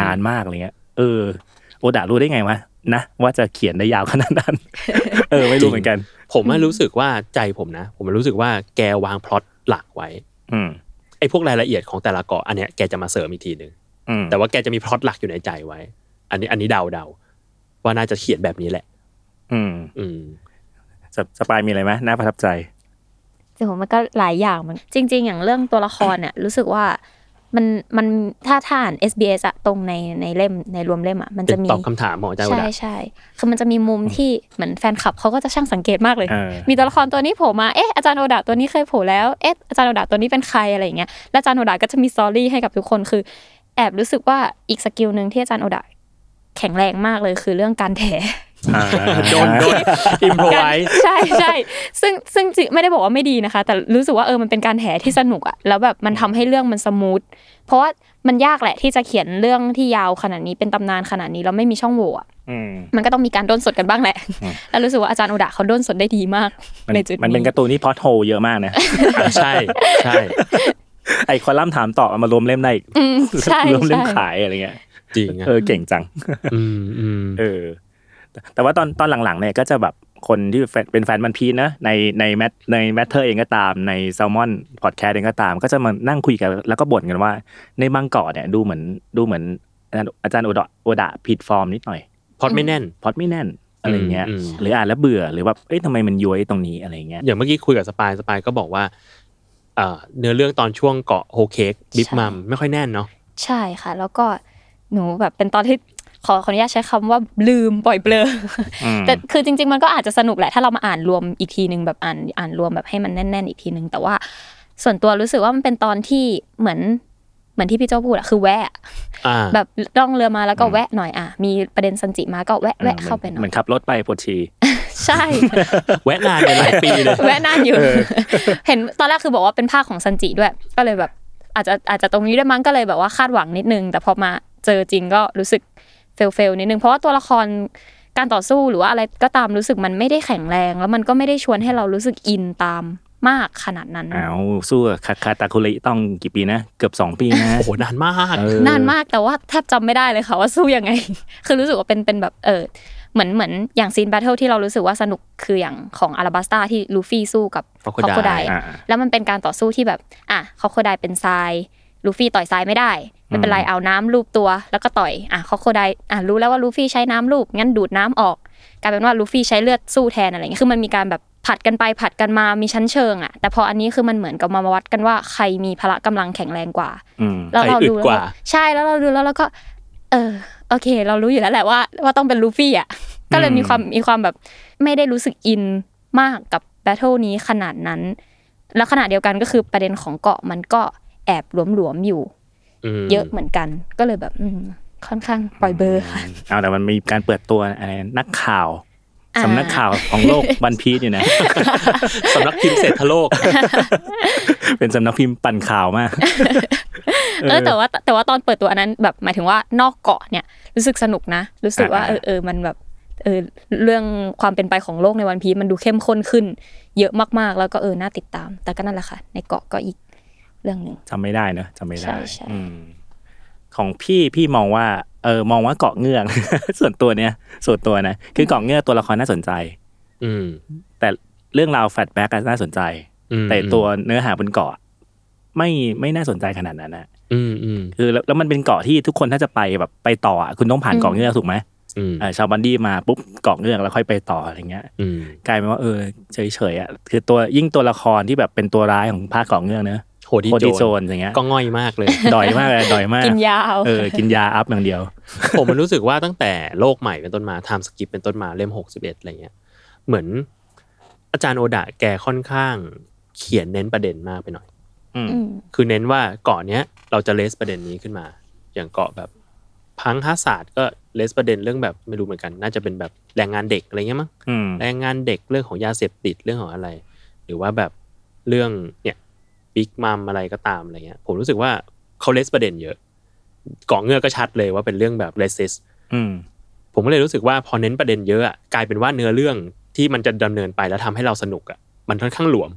นานมากอะไรเงี้ยเออโอดะรู้ได้ไงวะนะว่าจะเขียนได้ยาวขนาด นั้น เออไม่รู้เหมือนกัน
ผมอะรู้สึกว่าใจผมนะ ผมรู้สึกว่าแกวางพล็อตหลักไว้
อืม
ไอ้พวกรายละเอียดของแต่ละเกาะอันเนี้ยแกจะมาเสริมอีกทีหนึ่ง
อืม
แต่ว่าแกจะมีพล็อตหลักอยู่ในใจไว้ อันนี้อันนี้เดาเดาๆว่าน่าจะเขียนแบบนี้แหละ
อืม
อืม
สสปายมีอะไรไหมน่าประทับใจ
แต่ผมมันก็หลายอย่างมันจริง ๆ อย่างเรื่องตัวละครเนี่ย รู้สึกว่ามันมันถ้าถ้าอ่าน SBS อะตรงในในเล่มในรวมเล่มอะมัน
เป็
จะ
น
มี
ตอบคำถามของอาจารย์ว
ใช่
ดา
ใช่คือมันจะมีมุมที่เหมือนแฟนคลับเขาก็จะช่างสังเกตมากเลย
เออ
มีตัวละครตัวนี้โผล่มา เอ๊ะอาจารย์โอดาตัวนี้เคยโผล่แล้ว เอ๊ะอาจารย์โอดาตัวนี้เป็นใครอะไรอย่างเงี้ย แล้วอาจารย์โอดาก็จะมีสตอรี่ให้กับทุกคน คือ แอบรู้สึกว่าอีกสกิลหนึ่งที่อาจารย์โอดาแข็งแรงมากเลยคือเรื่องการแถ
อ่า
โดนโดนอิม พรไว
ใช่ใช่ซึ่งซึ่งจริงไม่ได้บอกว่าไม่ดีนะคะ แต่รู้สึกว่าเออมันเป็นการแถที่สนุกอะแล้วแบบมันทำให้เรื่องมันสมูทเพราะว่ามันยากแหละที่จะเขียนเรื่องที่ยาวขนาดนี้เป็นตำนานขนาดนี้แล้วไม่มีช่องโหว่อะ
อืม
มันก็ต้องมีการด้นสดกันบ้างแหละ
อืม
แล้วรู้สึกว่าอาจารย์โอดะเขาด้นสดได้ดีมาก
มัน
ในจุด
มันเป็น
นี้
การ์ตูนที่พอดโฮเยอะ มากนะ
ใช่ใช่
ไอคอลัมน์ถามตอบเอามารวมเล่มได้อีก
อื มใช่
รวมเล่ม
ใช่
ขายอะไรเงี้ย
จริงอะ
เออเก่งจัง
อืมอืม
เออแต่แต่ว่าตอนตอนหลังๆเนี่ยก็จะแบบคนที่เป็นแฟนเป็นแฟนมันพีชนะในในแมทในแมทเธอร์เองก็ตามในแซลมอนพอดแคสต์เองก็ตาม ก็จะมานั่งคุยกันแล้วก็บ่นกันว่า ในบางเกาะเนี่ยดูเหมือนดูเหมือนอาจารย์อาจารย์โอดะโอดะผิดฟอร์มนิดหน่อย
พล็อดไม่แน่น
พล็อดไม่แน่นอะไรเงี้ย
อืมอืม
หรืออ่านแล้วเบื่อหรือว่าเอ้ยทำไมมันย้วยตรงนี้อะไรเงี้ย
อย่างเมื่อกี้คุยกับสปายสปายก็บอกว่าเอ่อเนื้อเรื่องตอนช่วงเกาะโฮเค้กบิ๊ก
ใช่
มัมไม่ค่อยแน่นเนาะ
ใช่ค่ะ แล้วก็หนูแบบเป็นตอนที่ ขอขออนุญาตใช้คำว่าลืมปล่อยเบลอ
อืม
แต่คือจริง ๆ มันก็อาจจะสนุกแหละถ้าเรามาอ่านรวมอีกทีหนึ่งแบบอ่านอ่านรวมแบบให้มันแน่น ๆ อีกทีหนึ่งแต่ว่า ส่วนตัวรู้สึกว่ามันเป็นตอนที่เหมือนเหมือนที่พี่โจพูดอะคือแวะ
อ่า
แบบล่องเรือมาแล้วก็แวะหน่อยอ่ะมีประเด็นซันจิมาก็แวะแวะเข้าไปหน่
เหมื
อ
อย นขับรถไปปวดฉี่
ใช่
แวะนานไปหลายปี เลย
แวะนานอยู่ เห็นตอนแรกคือบอกว่าเป็นภาคของซันจิด้วย ก็เลยแบบอาจจะอาจจะตรงนี้ด้วยมั้งก็เลยแบบว่าคาดหวังนิดนึง แต่พอมาเจอจริงก็รู้สึกเฟลเฟลนิดนึง เพราะว่าตัวละครการต่อสู้หรือว่าอะไรก็ตามรู้สึกมันไม่ได้แข็งแรง แล้วมันก็ไม่ได้ชวนให้เรารู้สึกอินตาม มากขนาดนั้น
เอาสู้กับคาคาตาคุริต้องกี่ปีนะเกือบสองปีนะ
โอ้โหนานมาก
เออ
นานมากแต่ว่าแทบจำไม่ได้เลยค่ะว่าสู้ยังไง คือรู้สึกว่าเป็นเป็นแบบเออเหมือนเหมือนอย่างซีนแบทเทิลที่เรารู้สึกว่าสนุกคืออย่างของอาราบัสตาที่ลูฟี่สู้กับ
Crocodile
โคได
อ่า
แล้วมันเป็นการต่อสู้ที่แบบ อ่ะคอโคไดเป็นทรายลูฟี่ต่อยทรายไม่ได้ ไม่เป็นไร
อืม
เอาน้ำลูบตัวแล้วก็ต่อยอ่ะคอโคไดอ่ะรู้แล้วว่าลูฟี่ใช้น้ำลูบงั้นดูดน้ำออกกลายเป็นว่าลูฟี่ใช้เลือดสู้แทนอะไรอย่างเงี้ยคือมันมีการแบบผัดกันไปผัดกันมามีชั้นเชิงอ่ะแต่พออันนี้คือมันเหมือนกับมาวัดกันว่าใครมีพละกำลังแข็งแรงกว่า
อืม
แล้วเรา
ใครอึ
ดู
ด
แล้ว
กว่า
เราใช่แล้วเราดูแล้วเราก็ เออ โอเค เรารู้อยู่แล้วแหละว่าว่าต้องเป็นลูฟี่อ่ะ ก็เลยมีความมีความแบบไม่ได้รู้สึกอินมากกับแบทเทิลนี้ขนาดนั้น แล้วขณะเดียวกันก็คือประเด็นของเกาะมันก็แอบหลวมๆอยู่
ม
เยอะเหมือนกัน ก็เลยแบบอืมค่อนข้างปล่อยเบอร์ค่ะ
เอาแต่มันมีการเปิดตัวอะไรนะนักข่าว
อ่า
สำนักข่าวของโลก วันพีชอยู่ นะ
สำนักพิมพ์เศรษฐโลก
เป็นสำนักพิมพ์ปั่นข่าวมาก
เออแต่ว่าแต่ว่าตอนเปิดตัวอันนั้นแบบหมายถึงว่านอกเกาะเนี่ยรู้สึกสนุกนะ รู้สึกว่า
อ่า
เออเออมันแบบเออเรื่องความเป็นไปของโลกในวันพีชมันดูเข้มข้นขึ้น เยอะมากๆ แล้วก็เออน่าติดตาม แต่ก็นั่นแหละค่ะ ในเกาะก็อีกเรื่องหนึ่ง
จำไม่ได้เนอะจำไม่ได้
ใช่ใช่
อืมของพี่พี่มองว่า เออมองว่าเกาะเงือก ส่วนตัวเนี้ยส่วนตัวนะคือเกาะเงือกตัวละครน่าสนใจ
อืม
แต่เรื่องราวแฟลชแบ็กน่าสนใจ
อืม
แต่ตัวเนื้อหาบนเกาะ ไม่ไม่น่าสนใจขนาดนั้นนะ
อืมอืม
คือแล้วแล้วมันเป็นเกาะที่ทุกคนถ้าจะไปแบบไปต่ออะคุณต้องผ่านเกาะเงือกถูกไหม
อืม
เออชาวบันดี้มาปุ๊บเกาะเงือกแล้วค่อยไปต่ออะไรเงี้ย
อืม
กลายเป็นว่าเออเฉยๆอ่ะคือตัวยิ่งตัวละครที่แบบเป็นตัวร้ายของภาคเกาะเงือกเนอะ
โหดี
โคดิโจ
โจร
นอย่างเงี้ย
ก็ง่อยมากเลย
ดอยมากเลยดอยมาก
กินยาว
เออกินยาอัพอย่างเดียว
ผมมันรู้สึกว่าตั้งแต่โลกใหม่เป็นต้นมาไทม์สกิปเป็นต้นมาเล่มหกสิบเอ็ดอะไรเงี้ย เหมือนอาจารย์โอดะแกค่อนข้างเขียนเน้นประเด็นมากไปหน่อย
อืม
ม
คือเน้นว่าเกาะเนี้ยเราจะเลสประเด็นนี้ขึ้นมา อย่างเกาะแบบพังฮาศาสตร์ก็เลสประเด็นเรื่องแบบไม่รู้เหมือนกัน น่าจะเป็นแบบแรงงานเด็กอะไรเงี้ยมั้ง
อืม
แรงงานเด็กเรื่องของยาเสพติดเรื่องของอะไร หรือว่าแบบเรื่องเนี่ยบิ๊กมัมอะไรก็ตามอะไรเงี้ยผมรู้สึกว่าเขาเลสประเด็นเยอะเกาะเงือกก็ชัดเลยว่าเป็นเรื่องแบบเลสิส
อืม
ผมก็เลยรู้สึกว่าพอเน้นประเด็นเยอะอะกลายเป็นว่าเนื้อเรื่องที่มันจะดำเนินไปแล้วทำให้เราสนุกอ่ะมันค่อนข้างหลวม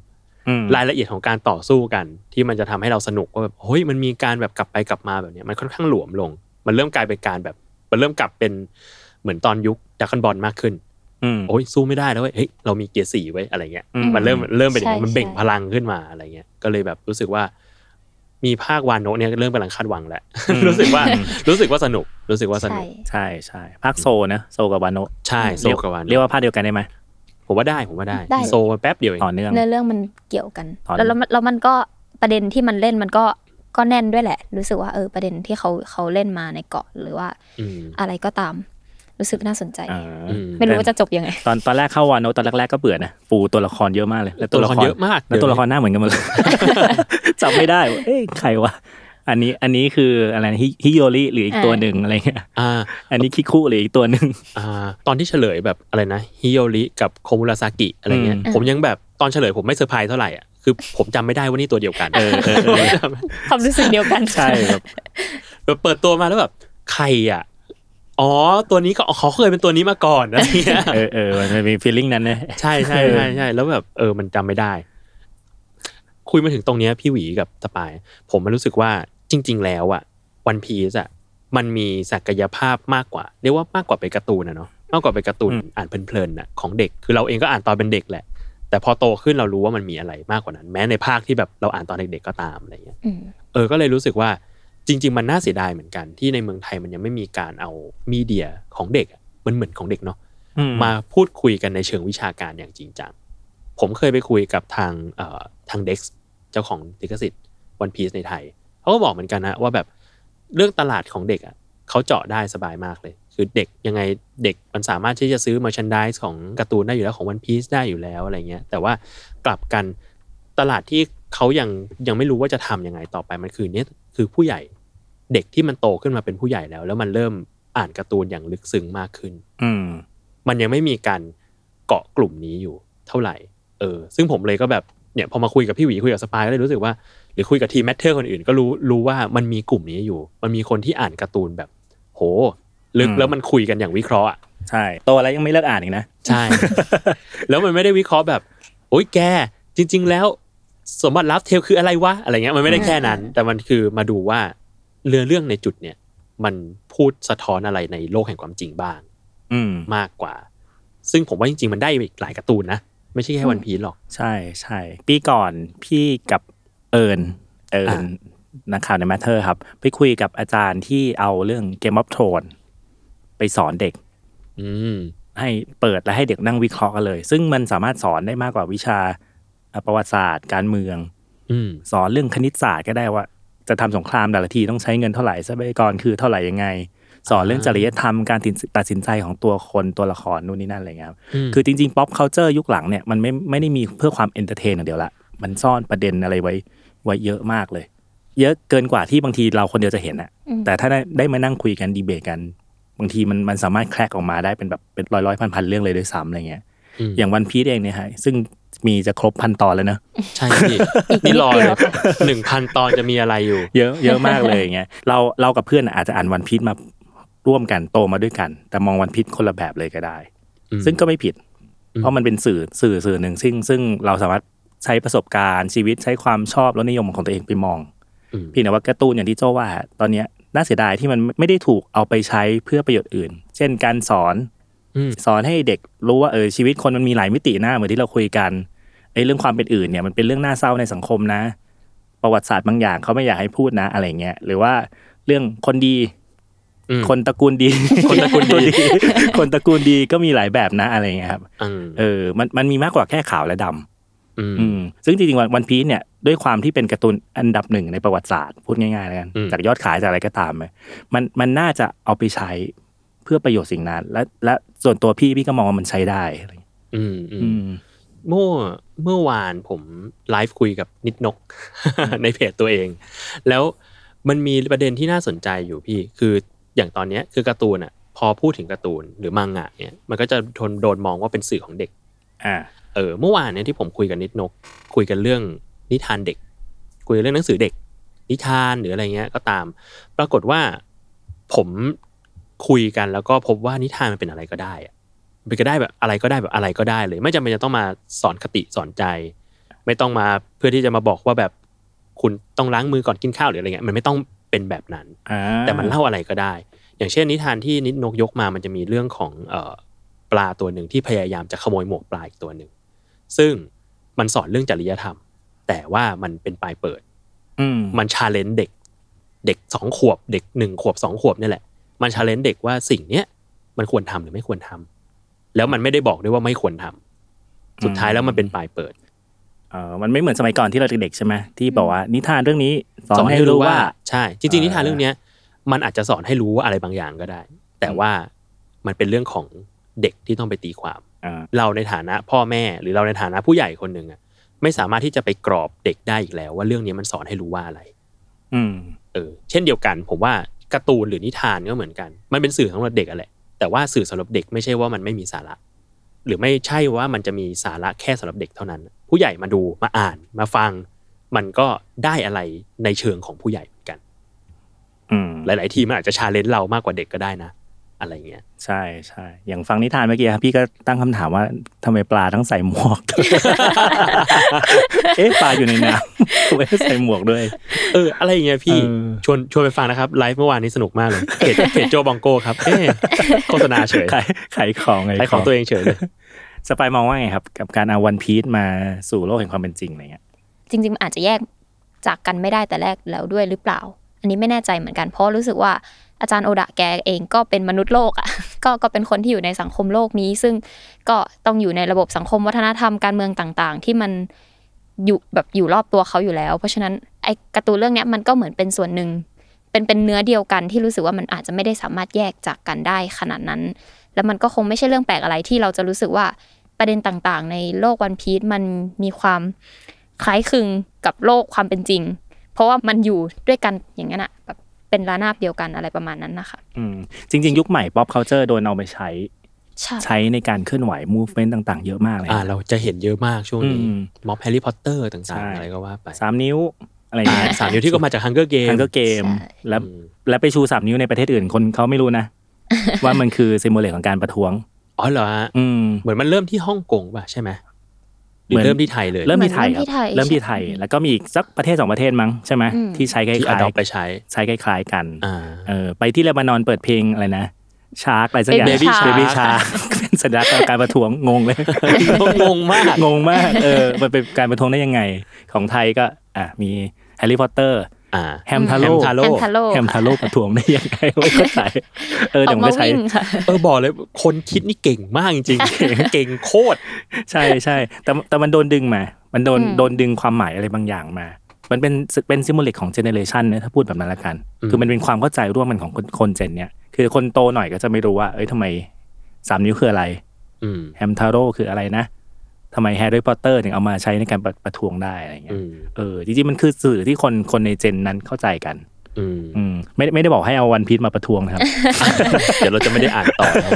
อืม
รายละเอียดของการต่อสู้กัน ที่มันจะทำให้เราสนุกว่าแบบเฮ้ยมันมีการแบบกลับไปกลับมาแบบเนี้ยมันค่อนข้างหลวมลง มันเริ่มกลายเป็นการแบบ มันเริ่มกลับเป็นเหมือนตอนยุคดักคอนบอลมากขึ้น
อืม
โอ้ยสู้ไม่ได้แล้วเว้ยเฮ้ยเรามีเกียร์สี่ไว้ยอะไรเงี้ย
อืม
มันเริ่มเริ่มเป็นอย่างนั้นมันเบ่งพลังขึ้นมาอะไรเงี้ยก็เลยแบบรู้สึกว่า มีภาควานโนะเนี่ยเริ่มกำลังคาดหวังแหละ รู้สึกว่า รู้สึกว่าสนุกรู้สึกว่าส
ใช่
นุก
ใช่ใช่ภาคโซนะโซกับวานโนะ
ใช่โซกาวาโนะ
เรียกว่าภาคเดียวกันได้ไหม
ผมว่าได้ผมว่าได้
ได้
โซแป๊บเดียวเอง
ต่อเนื่อง
เนื้อเรื่องมันเกี่ยวกัน
ตอน
แล้วแล้วมันแล้วมันก็ประเด็นที่มันเล่นมันก็ก็แน่นด้วยแหละ รู้สึกว่าเออประเด็นที่เขาเขาเล่นมาในเกาะหรือว่า
อืม
อะไรก็ตาม รู้สึกน่าสนใจ
เอออ
อืม
ไม่รู้ว่าจะจบยังไง
ตอนตอนแรกเข้าวานโนะตอนแรกๆก็เบื่อนะปูตัวละครเยอะมากเลย แล้ว
ตั
ตัว ว
ละ
ละ
ค
ค
ร
ร
เยอะมาก
แล้วตัวละค
เดี๋ย
รหน้าเหมือนกันหมดเลย จำไม่ได้ว่าเอ้ยใครวะอันนี้อันนี้คืออะไรนะฮิฮิโยริหรืออีกตัวหนึ่งอะไรเงี้ย
นี้อ่า
อันนี้คิคุหรืออีกตัวหนึ่ง
อ่า ตอนที่เฉลยแบบอะไรนะฮิโยริกับโคมุราซากิอะไรเงี้ย
อืม
ผมยังแบบตอนเฉลยผมไม่เซอร์ไพรส์เท่าไหร่อ่ะคือผมจำไม่ได้ว่านี่ตัวเดียวกัน
เออเออเออ
ความรู้สึกเดียวกัน
ใช่แบบ
แบบเปิดตัวมาแล้วแบบใครอ่ะอ๋อตัวนี้ก็อ๋อเขาเคยเป็นตัวนี้มาก่อนอะไรเงี้ย
เออเออมันมี feeling นั้นนะ
ใช่ใช่ใช่ใช่แล้วแบบเออมันจำไม่ได้ คุยมาถึงตรงเนี้ยพี่หวีกับสปาย ผมมันรู้สึกว่าจริง ๆ แล้วอะวันพีซอะมันมีศักยภาพมากกว่า เรียกว่ามากกว่าเป็นการ์ตูนนะเนาะมากกว่าเป็นการ์ตูน
อืม
อ่านเพลินๆน่ะของเด็กคือเราเองก็อ่านตอนเป็นเด็กแหละ แต่พอโตขึ้นเรารู้ว่ามันมีอะไรมากกว่านั้น แม้ในภาคที่แบบเราอ่านตอนเด็กๆก็ตามอะไรเงี้ย
อืม
เออ ก็เลยรู้สึกว่าจริง ๆ มันน่าเสียดายเหมือนกันที่ในเมืองไทยมันยังไม่มีการเอามีเดียของเด็กอะมันเหมือนของเด็กเนาะ
อื
มาพูดคุยกันในเชิงวิชาการอย่างจริงจัง ผมเคยไปคุยกับทางเอ่อทางเด็กเจ้าของลิขสิทธิ์วันพีซในไทย เขาก็บอกเหมือนกันนะว่าแบบเรื่องตลาดของเด็กอ่ะเขาเจาะได้สบายมากเลย คือเด็กยังไงเด็กมันสามารถที่จะซื้อมาชันด s e ของการ์ตูนได้อยู่แล้วของวันพีซได้อยู่แล้วอะไรเงี้ย แต่ว่ากลับกันตลาดที่เขายังยังไม่รู้ว่าจะทำยังไงต่อไปมันคือเนี่ยคือผู้ใหญ่เด็กที่มันโตขึ้นมาเป็นผู้ใหญ่แล้ว แล้วมันเริ่มอ่านการ์ตูนอย่างลึกซึ้งมากขึ้น
อืม
มันยังไม่มีการเกาะกลุ่มนี้อยู่เท่าไหร่ เออ ซึ่งผมเลยก็แบบ เนี่ยพอมาคุยกับพี่หวีคุยกับสปายก็เลยรู้สึกว่า หรือคุยกับทีมแมทเทอร์คนอื่นก็รู้รู้ว่ามันมีกลุ่มนี้อยู่ มันมีคนที่อ่านการ์ตูนแบบ โห ลึก
อืม
แล้วมันคุยกันอย่างวิเคราะห์อะ
ใช่โตแล้วยังไม่เลิกอ่านอีกนะ
ใช่ แล้วมันไม่ได้วิเคราะห์แบบ โอ๊ยแก จริง ๆ แล้วสมบัติลับเทลคืออะไรวะอะไรเงี้ยมันไม่ได้แค่นั้น แต่มันคือมาดูว่าเรือเรื่องในจุดเนี่ย มันพูดสะท้อนอะไรในโลกแห่งความจริงบ้าง
อืม
มากกว่า ซึ่งผมว่าจริง ๆ มันได้อีกหลายการ์ตูนนะ ไม่ใช่แค่วันพีหรอก
ใช่ใช่ปีก่อนพี่กับเอิญเอิ
อ่า
ญนักข่าวในแมทเทอร์ครับ ไปคุยกับอาจารย์ที่เอาเรื่องเกมออฟโทนไปสอนเด็ก
อืม
ให้เปิดและให้เด็กนั่งวิเคราะห์กันเลย ซึ่งมันสามารถสอนได้มากกว่าวิชาเอ่อประวัติศาสตร์ การเมือง
อืม
สอนเรื่องคณิตศาสตร์ก็ได้ว่า จะทำสงครามแต่ละทีต้องใช้เงินเท่าไหร่ทรัพยากรคือเท่าไหร่ยังไง สอนเรื่องจริยธรรมการตัดสินใจของตัวคนตัวละครนู่นนี่นั่นอะไรเงี้ยครับ คือจริงๆ pop culture ยุคหลังเนี่ยมันไม่ไม่ได้มีเพื่อความเอนเตอร์เทนอย่างเดียวละ มันซ่อนประเด็นอะไรไว้ไว้เยอะมากเลย เยอะเกินกว่าที่บางทีเราคนเดียวจะเห็นอะ
อืม
แต่ถ้าได้ได้มานั่งคุยกันดีเบตกัน บางทีมันมันสามารถแครกออกมาได้เป็นแบบเป็นร้อยร้อยพันพันๆเรื่องเลยด้วยซ้ำอะไรเงี้ย
อืม
อย่างวันพี e เองเนี่ยฮะซึ่งมีจะครบพันตอนแล้วเนอะ
ใช่พี่นี่รอเลยหนึ่งพันตอนจะมีอะไรอยู่
เยอะเยอะมากเลยอย่างเงี้ยเราเรากับเพื่อนอาจจะอ่านวันพี e มาร่วมกันโตมาด้วยกัน แต่มองวันพีชคนละแบบเลยก็ได้
อืม
ซึ่งก็ไม่ผิด
อืม
เพราะมันเป็นสื่อสื่อสื่อหนึ่งซึ่งซึ่งเราสามารถใช้ประสบการณ์ชีวิตใช้ความชอบและนิยมของตัวเองไปมอง
อืม
เพี่นะว่าการ์ตูนอย่างที่โจ้ว่า ตอนเนี้ยน่าเสียดายที่มันไม่ได้ถูกเอาไปใช้เพื่อประโยชน์อื่น เช่นการสอน
อืม
สอนให้เด็กรู้ว่าเออชีวิตคนมันมีหลายมิติหน้าเหมือนที่เราคุยกันไอ้เรื่องความเป็นอื่นเนี่ยมันเป็นเรื่องน่าเศร้าในสังคมนะ ประวัติศาสตร์บางอย่างเขาไม่อยากให้พูดนะอะไรเงี้ยหรือว่าเรื่องคนดี
อืม
คนตระกูลดี
คนตระกูลดี
คนตระกูลดีก็มีหลายแบบนะอะไรเงี้ยครับ
อืม
เออ มัน มันมีมากกว่าแค่ขาวและดำ
อืม
อืม ซึ่งจริงๆ วันวันพีซเนี่ย ด้วยความที่เป็นการ์ตูนอันดับหนึ่งในประวัติศาสตร์ พูดง่ายๆแล้วกัน
อืม
จากยอดขายจากอะไรก็ตามเลยมัน มันน่าจะเอาไปใช้เพื่อประโยชน์สิ่งนั้น และ และส่วนตัวพี่ พี่ก็มองว่ามันใช้ได้อะไรอย่างเงี้ย
อืมอื
อื
ม
ม
เมื่อเมื่อวานผมไลฟ์คุยกับนิดนก ในเพจตัวเอง แล้วมันมีประเด็นที่น่าสนใจอยู่พี่ คืออย่างตอนเนี้ยคือการ์ตูนอ่ะ พอพูดถึงการ์ตูนหรือมังงะเนี่ยมันก็จะทนโดนมองว่าเป็นสื่อของเด็ก
อ่า
เออเมื่อวานเนี่ยที่ผมคุยกับนิดนก คุยกันเรื่องนิทานเด็ก คุยกันเรื่องหนังสือเด็ก นิทานหรืออะไรเงี้ยก็ตาม ปรากฏว่าผมคุยกันแล้วก็พบว่านิทานมันเป็นอะไรก็ได้อะมันก็ได้แบบอะไรก็ได้แบบอะไรก็ได้เลย ไม่จำเป็นจะต้องมาสอนคติสอนใจ ไม่ต้องมาเพื่อที่จะมาบอกว่าแบบคุณต้องล้างมือก่อนกินข้าวหรืออะไรเงี้ยมันไม่ต้องเป็นแบบนั้น
อ่า
แต่มันเล่าอะไรก็ได้ อย่างเช่นนิทานที่นิดนกยกมา มันจะมีเรื่องของเอ่อปลาตัวหนึ่งที่พยายามจะขโมยหมวกปลาอีกตัวหนึ่ง ซึ่งมันสอนเรื่องจริยธรรม แต่ว่ามันเป็นปลายเปิด
อืม
มันชาเลนจ์เด็ก เด็กสองขวบ เด็กหนึ่งขวบสองขวบเนี่ยแหละ มันชาเลนจ์เด็กว่าสิ่งเนี้ยมันควรทำหรือไม่ควรทำ แล้วมันไม่ได้บอกด้วยว่าไม่ควรทำ สุดท้ายแล้วมันเป็นปลายเปิด
เออมันไม่เหมือนสมัยก่อนที่เราเด็กๆใช่ไหมที่บอกว่านิทานเรื่องนี้สอนให้รู้ว่า
ใช่ จริงๆ
เอ่อ
นิทานเรื่องเนี้ยมันอาจจะสอนให้รู้ว่าอะไรบางอย่างก็ได้ แต่ว่ามันเป็นเรื่องของเด็กที่ต้องไปตีความ
อ่า
เราในฐานะพ่อแม่ หรือเราในฐานะผู้ใหญ่คนหนึ่งอะไม่สามารถที่จะไปกรอบเด็กได้อีกแล้ว ว่าเรื่องเนี้ยมันสอนให้รู้ว่าอะไร
อืม
เออเช่นเดียวกัน ผมว่าการ์ตูนหรือนิทานก็เหมือนกัน มันเป็นสื่อสำหรับเด็กอะแหละแต่ว่าสื่อสำหรับเด็กไม่ใช่ว่ามันไม่มีสาระ หรือไม่ใช่ว่ามันจะมีสาระแค่สำหรับเด็กเท่านั้น ผู้ใหญ่มาดูมาอ่านมาฟัง มันก็ได้อะไรในเชิงของผู้ใหญ่เหมือนกัน
อืม
หลาย ๆ ทีมันอาจจะชาเลนจ์เรามากกว่าเด็กก็ได้นะ อะไรเงี้ย
ใช่ใช่อย่างฟังนิทานเมื่อกี้ครับพี่ก็ตั้งคำถามว่าทำไมปลาต้องใส่หม วก เอ๊ะปลาอยู่ในน้ำ ทำไมต้องใส่หมวก ด้วย
เออ อะไรเงี้ยพี่
เออ
ชวนชวนไปฟังนะครับไลฟ์เมื่อวานนี้สนุกมากเลยเพจเพจโจบองโกครับเอ๊ะโฆษณาเฉย
ขายขายของไง
ใช้ของตัวเองเฉยเลย
สปายมองว่าไงครับ กับการเอาวันพีซมาสู่โลกแห่งความเป็นจริงอะไรเงี้ย
จริงๆมันอาจจะแยกจากกันไม่ได้แต่แรกแล้วด้วยหรือเปล่า อันนี้ไม่แน่ใจเหมือนกันเพราะรู้สึกว่าอาจารย์โอดะแกเองก็เป็นมนุษย์โลกอ่ะ ก็ก็เป็นคนที่อยู่ในสังคมโลกนี้ ซึ่งก็ต้องอยู่ในระบบสังคมวัฒนธรรมการเมืองต่างๆ ที่มันอยู่แบบอยู่รอบตัวเขาอยู่แล้ว เพราะฉะนั้นไอ้การ์ตูนเรื่องเนี้ยมันก็เหมือนเป็นส่วนหนึ่ง เป็นเป็นเนื้อเดียวกันที่รู้สึกว่ามันอาจจะไม่ได้สามารถแยกจากกันได้ขนาดนั้น แล้วมันก็คงไม่ใช่เรื่องแปลกอะไรที่เราจะรู้สึกว่าประเด็นต่างๆ ในโลกวันพีซมันมีความ คล้ายคลึงกับโลกความเป็นจริง เพราะว่ามันอยู่ด้วยกันอย่างนั้นอะแบบเป็นระนาบเดียวกันอะไรประมาณนั้นนะคะ
อืม จริง ๆ ยุคใหม่ pop culture โดนเอาไปใช้
ใช่
ใช้ในการเคลื่อนไหว movement ต่างๆ เยอะมากเลย
อ่า เราจะเห็นเยอะมากช่วงนี้
อืม
ม็อบแฮร์รี่พอตเตอร์
ใช่
ต่างๆ อะไรก็ว่าไป
สามนิ้วอะไร
อ่า
เงี้ย
สามนิ้วที่ก็มาจากฮังเกอร์เกม
ทางก็เกม และ
อืม
และไปชูสามนิ้วในประเทศอื่นคนเขาไม่รู้ นะ ว่ามันคือซิมูเลตของการประท้วง
อ๋อเหรอฮะ
อืม
เหมือนมันเริ่มที่ฮ่องกงป่ะใช่ไหม หรือเริ่มที่ไทยเลย
เริ่มที่ไทย
เหมือน
ครับ
เริ่
เริ่
ม
มที่
ที่ไท
ไท
ย
ย
ใช่
แล้วก็มีอีกสักประเทศสองประเทศมั้งใช่ไหม
อืม
ที่ใช้คล้
ที่อดอ
าย
ปไปใช้
ๆใช้คล้ายๆกัน
อ่า
เออไปที่เลบานอนเปิดเพลงอะไรนะชาร์กอะไรสักอย่าง
Baby Shark
Baby Shark เป็นสัญลักษณ์ของการประท้วงงงเลย
งงมาก
งงมาก เออ มันเป็นการประท้วงได้ยังไง ของไทยก็ อ่ะ มีแฮร์รี่พอตเตอร์
อ่า
แฮมทาโร่
แฮมทาโร่
แฮ
แฮมทาโร่
มทาโร่ประท้วงได้ยังไง ไม่เข้าใจเออ
อ
เดี๋
อย ก
วมัน
มา
ก็ใช้
วิ่งค่ะ
เออบอกเลยคนคิดนี่เก่งมากจริงๆ เก่งโคตร
ใช่ใช่ แต่แต่มันโดนดึงมา มันโดน
อืม
โดนดึงความหมายอะไรบางอย่างมา มันเป็นเป็นซิมูเลตของเจเนเรชันนะถ้าพูดแบบนั้นละกัน
อืม
คือมันเป็นความเข้าใจร่วมกันของคนคนเจนเนี่ย คือคนโตหน่อยก็จะไม่รู้ว่า เอ้ยทำไมสามนิ้วคืออะไร
อืม
แฮมทาโร่คืออะไรนะทำไมแฮร์รี่พอตเตอร์ถึงเอามาใช้ในการประประท้วงได้อะไรอย่างเงี้ย
อืม
เออจริงๆมันคือสื่อที่คนคนในเจนนั้นเข้าใจกัน
อืม
อืมไม่ไม่ได้บอกให้เอาวันพีชมาประท้วงนะครับ
เดี๋ยวเราจะไม่ได้อ่านต่อแล้ว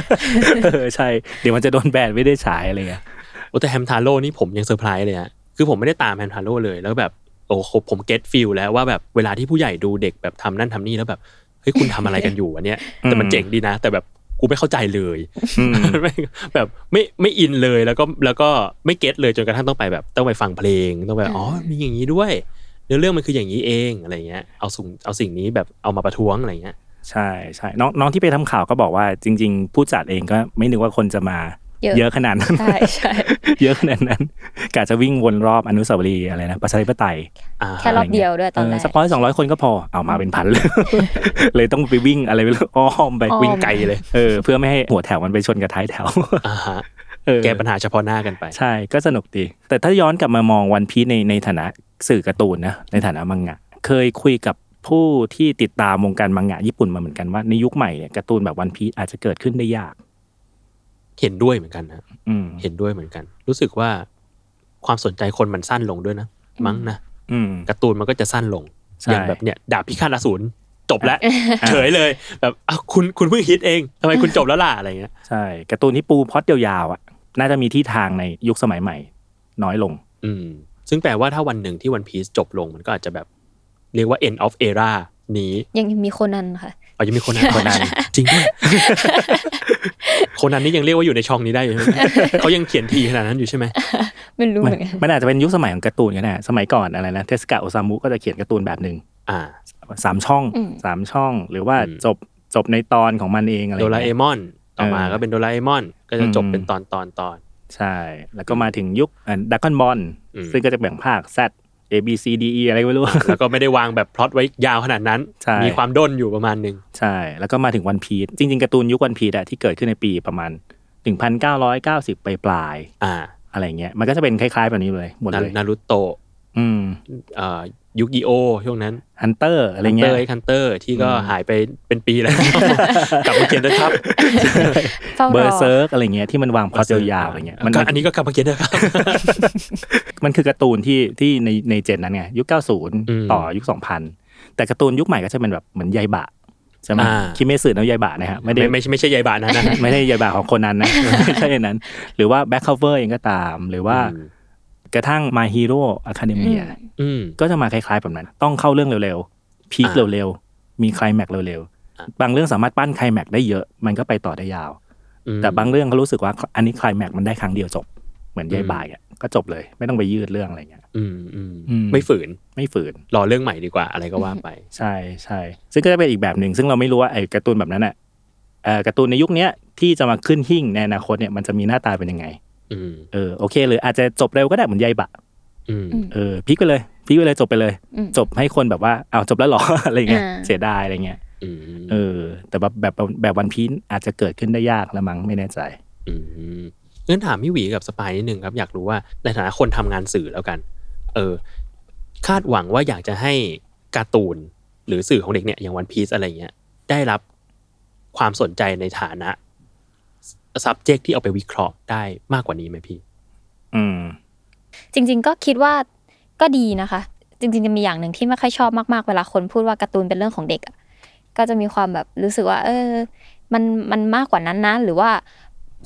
เออใช่ เดี๋ยวมันจะโดนแบนไม่ได้ฉายอะไรเงี้ย
โอ้แต่แฮมทาโร่นี่ผมยังเซอร์ไพรส์เลยฮะคือผมไม่ได้ตามแฮมทาโร่เลยแล้วแบบโอ้โหผมเก็ตฟิลแล้วว่าแบบเวลาที่ผู้ใหญ่ดูเด็กแบบทำนั่นทำนี่แล้วแบบเฮ้ยคุณทำอะไรกัน อยู่วะเนี่ยแต่มันเจ๋งดีนะ แต่แบบกูไม่เข้าใจเลย
อืม
ไม่แบบไม่ไม่อินเลยแล้วก็แล้วก็ไม่เก็ตเลยจนกระทั่งต้องไปแบบต้องไปฟังเพลงต้องไปอ๋อมีอย่างนี้ด้วยเนื้อเรื่องมันคืออย่างนี้เองอะไรเงี้ยเอาสิ่งเอาสิ่งนี้แบบเอามาประท้วงอะไรเงี้ย
ใช่ใช่น้องน้องที่ไปทำข่าวก็บอกว่าจริง ๆ ผู้จัดเองก็ไม่นึกว่าคนจะมา
เยอะ
เยอะขนาดนั้น
ใช่ใช่
เยอะขนาดนั้นกะจะวิ่งวนรอบอนุสาวรีย์อะไรนะประชาธิปไตย
อ่า
แค่รอบเดียวด้วยตอนแร
เออก สักร้อยสองร้อยคนก็พอเอามาเป็นพั นเลย เลยต้องไปวิ่งอะไรไปรู้อ้อมไป
อ้อม
วิ่งไกลเลยเออเพื่อไม่ให้หัวแถวมันไปชนกับท้ายแถว
อ่าฮะ
เออ
แก้ปัญหาเฉพาะหน้ากันไป
ใช่ก็สนุกดี แต่ถ้าย้อนกลับมามองวันพีในในฐานะสื่อการ์ตูนนะในฐานะมังงะ เคยคุยกับผู้ที่ติดตามวงการมังงะญี่ปุ่นมาเหมือนกันว่าในยุคใหม่เนี่ยการ์ตูนแบบวันพีอาจจะเกิดขึ้นได้ยาก
เห็นด้วยเหมือนกันนะ
อืม
เห็นด้วยเหมือนกัน รู้สึกว่าความสนใจคนมันสั้นลงด้วยนะมั้งนะ
อืม
การ์ตูนมันก็จะสั้นลง
ใช่
อย่างแบบเนี่ยดาบพิฆาตอสูรจบแล้วเฉยเลย แบบอ้าวคุณคุณเพิ่งฮิตเองทำไมคุณจบแล้วล่ะอะไรเงี้ย
ใช่การ์ตูนที่ปูพล็อดยาวๆอ่ะน่าจะมีที่ทางในยุคสมัยใหม่ น้อยลง
อืมซึ่งแปลว่าถ้าวันหนึ่งที่วันพี e จบลงมันก็อาจจะแบบ เรียกว่า end of era นี้
ยังมีโคนันค่ะ
อาจจะมีคนอ่าน คนนั้นจริงด้วย คนนั้นนี่ยังเรียกว่าอยู่ในช่องนี้ได้อยู่ใช่ ไหม เขายังเขียนทีขนาดนั้นอยู่ใช่ไหม
ไม่รู้
มัน
เหมือนกัน
มันอาจจะเป็นยุคสมัยของการ์ตูนกันนะสมัยก่อนอะไรนะเทสกาโอซามุก็จะเขียนการ์ตูนแบบหนึ่ง
อ่า
สามช่อง
อืม
สามช่อง หรือว่า
อืม
จบจบในตอนของมันเองอะไรอ
โด
ย่าง
รา
เงี้ย
เอมอน ต่อมา
เออ
ก็เป็นโดราเอมอน ก็จะจบ
อืม
เป็นตอนตอนตอน
ใช่ แล้วก็มาถึงยุคดักกอนบอล
อืม
ซึ่งก็จะแบ่งภาค Z A B C D E อะไรก็ไม่รู้
แล้วก็ไม่ได้วางแบบพล็อตไว้ยาวขนาดนั้น
ใช่
มีความด้นอยู่ประมาณหนึ่ง
ใช่ แล้วก็มาถึงวันพีชจริง ๆการ์ตูนยุควันพีชอะที่เกิดขึ้นในปีประมาณ 1990 ไปปลาย
อ่า
ๆอะไรเงี้ย มันก็จะเป็นคล้ายๆแบบนี้เลย หมดเลย
นารุโตะ
อืม
เอ่อยุกิโอช่วงนั้น
ฮันเตอร์อะไร
ฮันเตอ
เงี้ย
ร์ไอ้คันเตอร์ที่ก็
อืม
หายไปเป็นปี แล้ว กลับมาเขียนด้วยครับ
เฝ้า
เบ
ร
อ
อ
ร์เซิร์กอะไรเงี้ยที่มันวางพล็อตยาวๆอะไรเงี้ยมัน
ก็อันนี้ก็กลับมาเขียนด้วยครับ
มันคือการ์ตูนที่ที่ในในเจนนั้นไงยุค
อืม
90 ต่อยุค 2000 แต่การ์ตูนยุคใหม่ก็จะเป็นแบบเหมือนใยบะใช่ไหม
อ่า
คิเมสึนะใยบะนะฮะไม่ได้
ไม่ไม่ใช่ไม่ใช่ยายบาทนะนะ
ไม่ใช่ยายบาของคนนั้นนะ ไม่ใช่อย่างนั้น หรือว่าแบ็คคัฟเวอร์เองก็ตาม หรือว่า
อืม
กระทั่ง My Hero Academia
อืม
ก็จะมาคล้ายๆแบบนั้น ต้องเข้าเรื่องเร็วๆ พีค
อ่า
เร็วๆ มีไคลแม็กซ์เร็ว
อ่ะ
ๆ บางเรื่องสามารถปั้นไคลแม็กซ์ได้เยอะ มันก็ไปต่อได้ยาว
อืม
แต่บางเรื่องเขารู้สึกว่าอันนี้ไคลแม็กซ์มันได้ครั้งเดียวจบ เหมือนยายบายอ่ะก็จบเลย ไม่ต้องไปยืดเรื่องอะไรเงี้ย
อืมอืม
อืม
ไม่ฝืน
ไม่ฝืน
รอเรื่องใหม่ดีกว่าอะไรก็ว่าไป
ใช่ใช่ซึ่งก็จะเป็นอีกแบบหนึ่งซึ่งเราไม่รู้ว่าไอ้การ์ตูนแบบนั้นอ่ะเอ่อการ์ตูนในยุคเนี้ยที่จะมาขึ้นหิ่งในอนาคตเนี่ยมันจะมีหน้าตาเป็นยังไง
อืม
เออโอเคหรืออาจจะจบเร็วก็ได้เหมือนยายบะ
อืม
เออพลิกไปเลยพลิกไปเลยจบไปเลย
อืม
จบให้คนแบบว่าเอาวจบแล้วเหรอ อะไรเงี้ย
อ่า
เสียดายอะไรเงี้ย
อืม
เออ แต่แบบแบบแบบวันพีนอาจจะเกิดขึ้นได้ยากละมั้งไม่แน่ใจ
มงั้นถามพี่หวีกับสปายนิดนึงครับ อยากรู้ว่าในฐานะคนทำงานสื่อแล้วกัน เออ คาดหวังว่าอยากจะให้การ์ตูน หรือสื่อของเด็กเนี่ยอย่างวันพีซอะไรเงี้ย ได้รับความสนใจในฐานะ subject ที่เอาไปวิเคราะห์ได้มากกว่านี้ไหมพี่
อืม
จริง ๆ ก็คิดว่าก็ดีนะคะ จริงๆจะมีอย่างหนึ่งที่ไม่ค่อยชอบมากๆ เวลาคนพูดว่าการ์ตูนเป็นเรื่องของเด็กอะก็จะมีความแบบรู้สึกว่า เออ มันมันมากกว่านั้นนะ หรือว่า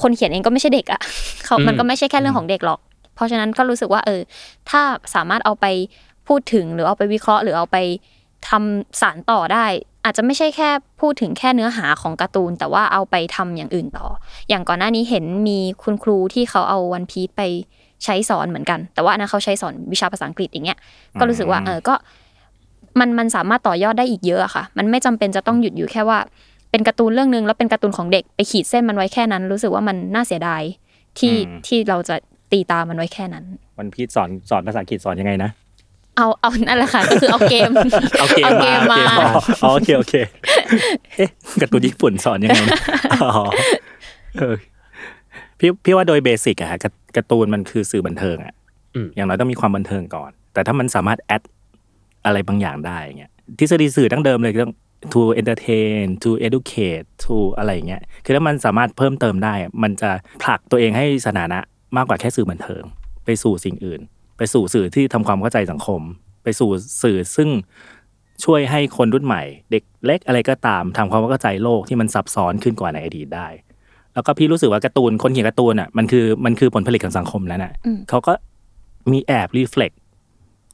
คนเขียนเองก็ไม่ใช่เด็กอะ เขา
อืม
มันก็ไม่ใช่แค่เรื่องของเด็กหรอก เพราะฉะนั้นก็รู้สึกว่า เออ ถ้าสามารถเอาไปพูดถึงหรือเอาไปวิเคราะห์ หรือเอาไปทำสารต่อได้ อาจจะไม่ใช่แค่พูดถึงแค่เนื้อหาของการ์ตูน แต่ว่าเอาไปทำอย่างอื่นต่อ อย่างก่อนหน้านี้เห็นมีคุณครูที่เขาเอาวันพี e ไป ใช้สอนเหมือนกัน แต่ว่าอันนั้นเขาใช้สอนวิชาภาษาอังกฤษอย่างเงี้ยก็รู้สึกว่า
อืม
เออก็มันมันสามารถต่อยอดได้อีกเยอะอะค่ะ มันไม่จำเป็นจะต้องหยุดอยู่แค่ว่า เป็นการ์ตูนเรื่องนึงแล้วเป็นการ์ตูนของเด็กไปขีดเส้นมันไว้แค่นั้น รู้สึกว่ามันน่าเสียดายที่
อืม
ที่เราจะตีตามันไว้แค่นั้น
วันพีชสอนสอนภาษาอังกฤษสอนยังไงนะ
เอาเอานั่นแหละค่ะก็คือเอาเกม
เอาเกมมา
เอาเกมมา
เอ
อ๋ออ๋อโอเคโอ เคเอ๊ะการ์ตูนญี่ปุ่นสอนยังไงนะอ๋อเออพี่พี่ว่าโดยเบสิกอะฮะการ์การ์ตูนมันคือสื่อบันเทิงอะ
อืม
อย่างน้อยต้องมีความบันเทิงก่อน แต่ถ้ามันสามารถแอดอะไรบางอย่างได้อย่างเงี้ยทฤษฎีสื่อดั้งเดิมเลยคือต้อง to entertain to educate to อะไรอย่างเงี้ยคือถ้ามันสามารถเพิ่มเติมได้อะมันจะผลักตัวเองให้สถานะมากกว่าแค่สื่อบันเทิง ไปสู่สิ่งอื่น ไปสู่สื่อที่ทำความเข้าใจสังคม ไปสู่สื่อซึ่งช่วยให้คนรุ่นใหม่ เด็กเล็กอะไรก็ตามทำความเข้าใจโลกที่มันซับซ้อนขึ้นกว่าในอดีตได้ แล้วก็พี่รู้สึกว่าการ์ตูนคนเขียนการ์ตูนอ่ะมันคือมันคือผลผลิตของสังคมแล้วน่ะ
อืม
เขาก็มีแอบรีเฟล็ก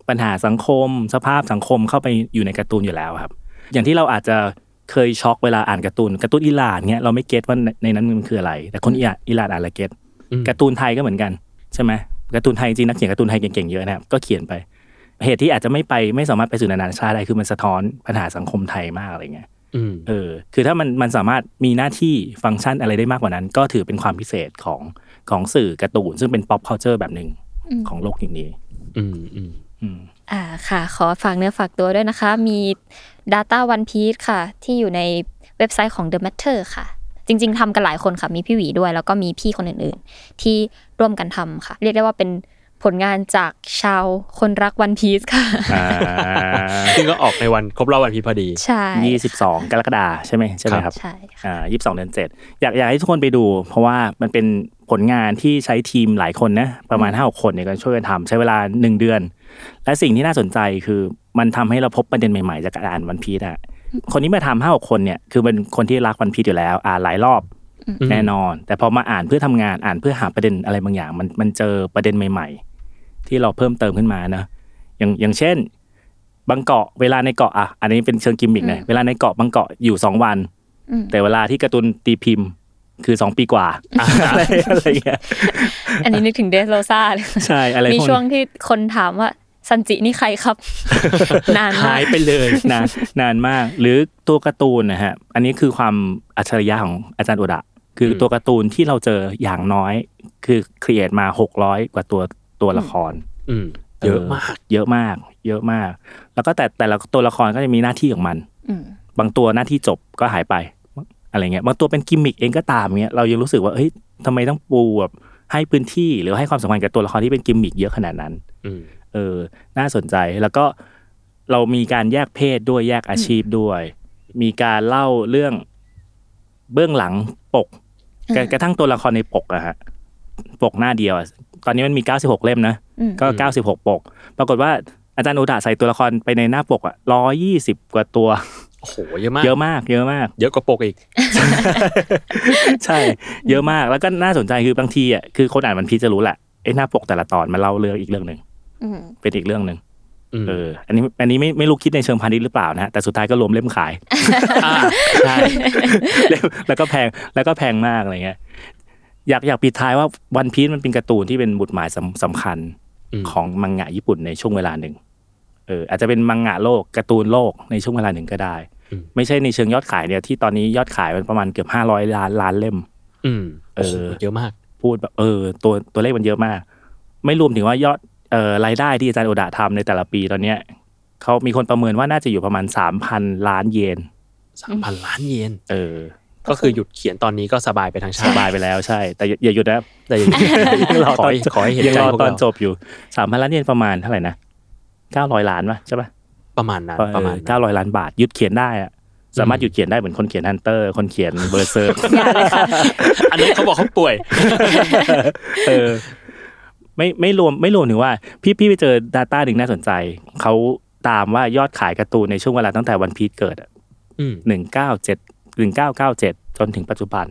ปัญหาสังคม สภาพสังคมเข้าไปอยู่ในการ์ตูนอยู่แล้วครับ อย่างที่เราอาจจะเคยช็อกเวลาอ่านการ์ตูนการ์ตูนอิหร่านเนี้ยเราไม่เก็ตว่าในในนั้นมันคืออะไร แต่คนอิหร่านอิหร่านอ่านและเก็ต
อืม
การ์ตูนไทยก็เหมือนกันใช่ไหมการ์ตูนไทยจริงนักเขียนการ์ตูนไทยเก่งๆเยอะนะครับก็เขียนไป เหตุที่อาจจะไม่ไปไม่สามารถไปสู่นานาชาติได้คือมันสะท้อนปัญหาสังคมไทยมากอะไรเงี้ย
อืม
เออ คือถ้ามันมันสามารถมีหน้าที่ฟังก์ชันอะไรได้มากกว่านั้น ก็ถือเป็นความพิเศษของของสื่อการ์ตูน ซึ่งเป็น pop culture แบบหนึ่ง
อืม
ของโลกอย่างนี้
อืมอืม
อืม
อ่าค่ะ ขอฝากเนื้อฝากตัวด้วยนะคะ มี Data One Piece ค่ะ ที่อยู่ในเว็บไซต์ของ The Matter ค่ะ จริง ๆทำกันหลายคนค่ะ มีพี่หวีด้วย แล้วก็มีพี่คนอื่นๆ ที่ร่วมกันทำค่ะ เรียกได้ว่าเป็นผลงานจากชาวคนรักวันพีซ ค่ะ
อ่า
ซึ่งก็ออกในวันครบรอบวันพีชพอดี
ใช่
ยี่สิบสองกรกฎาใช่ไหมใช่ไหมครับ
ใช่ค่ะ
อ่ายี่สิบสองเดือนเจ็ดอยากอยากให้ทุกคนไปดู เพราะว่ามันเป็นผลงานที่ใช้ทีมหลายคนนะ ประมาณห้าคนในการช่วยกันทำใช้เวลาหนึ่งเดือน และสิ่งที่น่าสนใจคือมันทำให้เราพบประเด็นใหม่ๆ จากการอ่านวันพีชอะคนที่มาทำห้าคนเนี่ยคือเป็นคนที่รักวันพีชอยู่แล้ว อ่านหลายรอบแน่นอน แต่พอมาอ่านเพื่อทำงานอ่านเพื่อหาประเด็นอะไรบางอย่าง มันมันเจอประเด็นใหม่ ๆ ที่เราเพิ่มเติมขึ้นมานะอย่างอย่างเช่น บางเกาะเวลาในเกาะอ่ะอันนี้เป็นเชิงกิมมิกนะเวลาในเกาะบางเกาะอยู่สองวัน
อืม
แต่เวลาที่การ์ตูนตีพิมพ์คือสองปีกว่าอะไรอะไรเงี้ย
อันนี้นึกถึงเดสโรซาเลย
ใช่อะไร
มี
พวก
ช่วง
นั้น
ที่คนถาม ว่าซันจินี่ใครครับ นานมา
หาก ยไปเลย
นานนานมาก หรือตัวการ์ตูนนะฮะอันนี้คือความอัจฉริยะของอาจารย์โอดะคืออ
ม
ตัวการ์ตูนที่เราเจออย่างน้อย คือครีเอทมาหกร้อยกว่าตัวตัวละคร
อืม เยอะมาก
เยอะมาก เยอะมาก แล้วก็แต่แต่ละตัวละครก็จะมีหน้าที่ของมัน
อืม
บางตัวหน้าที่จบก็หายไปอะไรเงี้ยบางตัวเป็นกิมมิกเองก็ตามเงี้ยเรายังรู้สึกว่าเฮ้ยทำไมต้องปูแบบให้พื้นที่หรือให้ความสำคัญกับตัวละครที่เป็นกิมมิกเยอะขนาดนั้น
อืม
เออ น่าสนใจแล้วก็เรามีการแยกเพศด้วยแยกอาชีพด้วย มีการเล่าเรื่องเบื้องหลังปก กระ
อืม
กระทั่งตัวละครในปกอะฮะปกหน้าเดียวอะตอนนี้มันมี 96 เล่มนะ
อืม
ก็
อืม
96 ปก ปรากฏว่าอาจารย์โอดาใส่ตัวละครไปในหน้าปกอะ120 กว่าตัว
โอ้โห เยอะมาก
เยอะมาก เยอะมาก
เยอะกว่าปกอีก
ใช่ เยอะมากแล้วก็น่าสนใจคือบางทีอ่ะคือคนอ่านมันพีชจะรู้แหละไอ้หน้าปกแต่ละตอนมันเล่าเรื่องอีกเรื่องหนึ่ง
อืม
เป็นอีกเรื่องหนึ่ง
อืม
เออ อันนี้อันนี้ไม่ไม่รู้คิดในเชิงพาณิชย์หรือเปล่านะฮะแต่สุดท้ายก็รวมเล่มขาย
่า
ใช่เล่มแล้วก็แพงแล้วก็แพงมากอะไรเงี้ยอยากอยากปิดท้ายว่าวันพี e มันเป็นการ์ตูนที่เป็นบุตรหมายสำสำคัญ
อืม
ของมังงะญี่ปุ่นในช่วงเวลาหนึ่งเอออาจจะเป็นมังงะโลกการ์ตูนโลกในช่วงเวลาหนึ่งก็ได้ ไม่ใช่ในเชิงยอดขายเนี่ยที่ตอนนี้ยอดขายมันประมาณเกือบห้าร้อยล้านล้านเล่ม
อืม
เออ
โโหเยอะมาก
พูดแบบเออตัวตัวเลขมันเยอะมาก ไม่รวมถึงว่ายอดเอ่อรายได้ที่อาจารย์โอดะทำในแต่ละปีตอนเนี้ยเขามีคนประเมินว่าน่าจะอยู่ประมาณสามพันล้านเยน
สามพันล้านเยน
เออ
ก็คือหยุดเขียนตอนนี้ก็สบายไปทางชา
ส
ติ
บายไปแล้วใช่ แต่อย่าอย่าหยุดนะ
แต่ อย่างนี้
ยังรอ
ขอ
ตอน
ให้ขอให้เห็น
ยัง
ใจ
รอ
พวก
ตอน
เรา
จบอยู่สามพันล้านเยนประมาณเท่าไหร่นะเก้าร้อยล้านปะใช่ปะ
ประมาณนั้น ประมาณนั้น
เก้าร้อยล้านบาทหยุดเขียนได้อะสามารถ
อืม
หยุดเขียนได้เหมือนคนเขียนฮันเตอร์ คนเขียนเบอร์เซ อร์
อันนั้นเขาบอกเขาป่วย
เออไม่ไม่รวมไม่รวมถึงว่า พี่พี่ไปเจอ Data หนึ่งน่าสนใจ เขาตามว่ายอดขายการ์ตูนในช่วงเวลาตั้งแต่วันพีชเกิด
อืม
หนึ่งเก้าเจ็ดหนึ่งเก้าเก้าเจ็ดจนถึงปัจจุบัน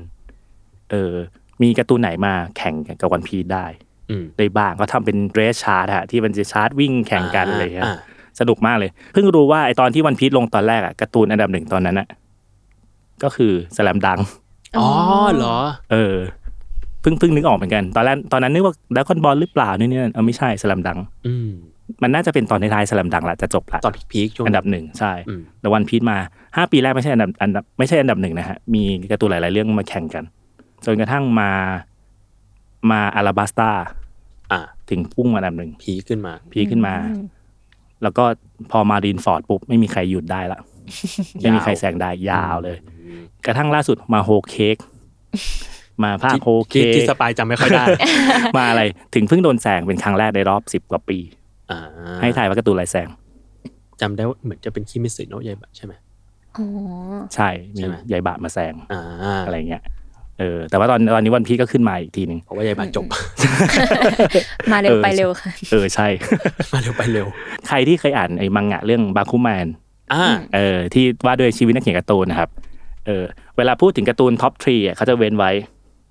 เออ มีการ์ตูนไหนมาแข่งกับวันพีชได้
อืม
ได้บ้างก็ทำเป็นเรสชาร์ตฮะที่มันจะชาร์ตวิ่งแข่งกันอะไรเงี้ย
อ่า
สนุกมากเลย เพิ่งรู้ว่าไอตอนที่วันพีชลงตอนแรกอะการ์ตูนอันดับหนึ่งตอนนั้นอะก็คือสแลมดัง
อ๋อเหรอ
เออ เพิ่งเพิ่งนึกออกเหมือนกัน ตอนแรกตอนนั้นนึกว่าดักคอนบอลหรือเปล่านี่นนี่นั่นเออไม่ใช่สลัมดัง
อืม
มันน่าจะเป็นตอนท้ายๆสลัมดังละจะจบละ
ตอนพีคๆช่วง
อันดับหนึ่งใช่
อืม
แต่วันพีชมาห้าปีแรกไม่ใช่อันดับอันดับไม่ใช่อันดับหนึ่งนะฮะ มีการ์ตูนหลาย ๆ เรื่องมาแข่งกัน จนกระทั่งมามาอาราบัสตา
อ่า
ถึงพุ่งมาอันดับหนึ่ง
พีคขึ้นมา
พีคขึ้นมา แล้วก็พอมารีนฟอร์ดปุ๊บ ไม่มีใครหยุดได้ ละ ไม่มีใครแซงได้ยาวเลย กระทั่งล่าสุดมาโฮเค้กมาภาคโฮ
ที่
เค้
ที่
ก
สปายจำไม่ค่อยได้
มาอะไร ถึงเพิ่งโดนแซงเป็นครั้งแรกในรอบสิบกว่าปี
อ่า
ให้ทายว่าการ์ตูนอะไรแซง
จำได้ว่าเหมือนจะเป็นคิมิสึโนะยายบะใช่ไหม
อ๋อ
ใช่มี
ใช่ไหม
ยายบะมาแซง
อ่า
อะไรเงี้ย เออ แต่ว่าตอนตอนนี้วันพีชก็ขึ้นมาอีกทีหนึ่ง
เพราะว่ายายบะจบ
มาเร็ว
เออ
ไปเร็วค่ะ
เออใช่
มาเร็วไปเร็ว
ใครที่เคยอ่านไอ้มังงะเรื่องบาคุแมน
อ่า
เออที่ว่าด้วยชีวิตนักเขียนการ์ตูนนะครับเออเวลาพูดถึงการ์ตูนท็อปทรีอ่ะเขาจะเว้นไว้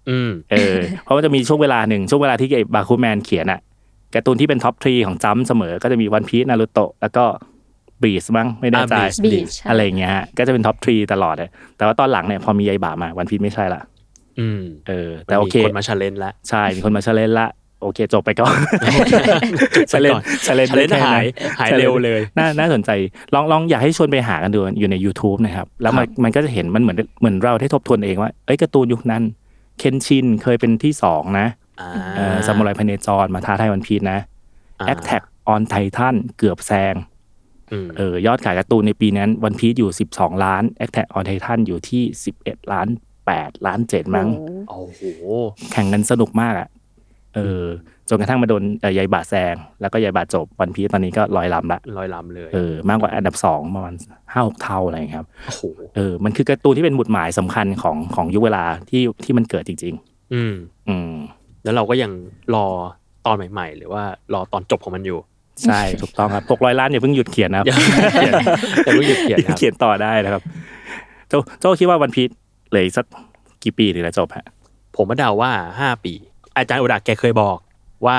อืม
เออ เพราะว่าจะมีช่วงเวลาหนึ่งช่วงเวลาที่ไอ้บาคุแมนเขียนอ่ะการ์ตูนที่เป็นท็อปทรีของจัมเสมอ ก็จะมีวันพี e นารูโตะแล้วก็บีสมั้งไม่แน่ใจ
อ่า Bleach
Bleach
อะไรอย่างเงี้ยฮะก็จะเป็นท็อปทรีตลอดเลยแต่ว่าตอนหลังเนี่ยพอมีไอ้บามาวันพี e ไม่ใช่ละ
อืม
เออแต่โอเค
มันมีคนมาชาเลนแล้ว
ใช่มีคนมาเชลเลนละโอเค จบไปก่ อนเชลเลนเชลเลน
challenge หายหายเร็วเลย
น่าน่าสนใจลองลองอยากให้ชวนไปหากันดูอยู่ใน YouTube นะครับ แล้วมันมันก็จะเห็นมันเหมือนเหมือนเราได้ทบทวนเองว่าเอ้ยการ์ตูนยุคนั้น เคนชินเคยเป็นที่สองนะ
อ่า
เอ่อซามูไรพเนจรมาท้าทายวันพีชนะแอ t แท็กออนไททันเกือบแซง
อืม
เออยอดขายการ์ตูนในปีนั้นวันพีชอยู่ 12 ล้านแอ t แท็กออนไททันอยู่ที่ 11 ล้าน 8 ล้าน 7 มั้ง
โอ้โห
แข่งกันสนุกมากอะ่ะ เออ จนกระทั่งมาโดนเอ่อยายบาแซง แล้วก็ยายบาจบวันพีชตอนนี้ก็ลอยลำละ
ลอยลำเลย
เออ มากกว่าอันดับสองประมาณห้าหกเท่าอะไรอย่างเงี้ยครับ
โอ้โห
เออ มันคือการ์ตูนที่เป็นหมุดหมายสำคัญของของยุคเวลาที่ที่มันเกิดจริง
อืม
ๆ อืม
แล้วเราก็ยังรอตอนใหม่ ๆ หรือว่ารอตอนจบของมันอยู่
ใช่ ถูกต้องครับหกร้อยล้านอย่าเพิ่งหยุดเขียน นะครับ
อย่าเขียนอย่าเพิ่งหยุดเขียนครับ
เขียนต่อได้นะครับ โจโจคิดว่าวันพีชเหลืออีกสักกี่ปีถึงจะจบฮะ
ผมก็เดาว่าห้าปี อาจารย์อุดาแกเคยบอกว่า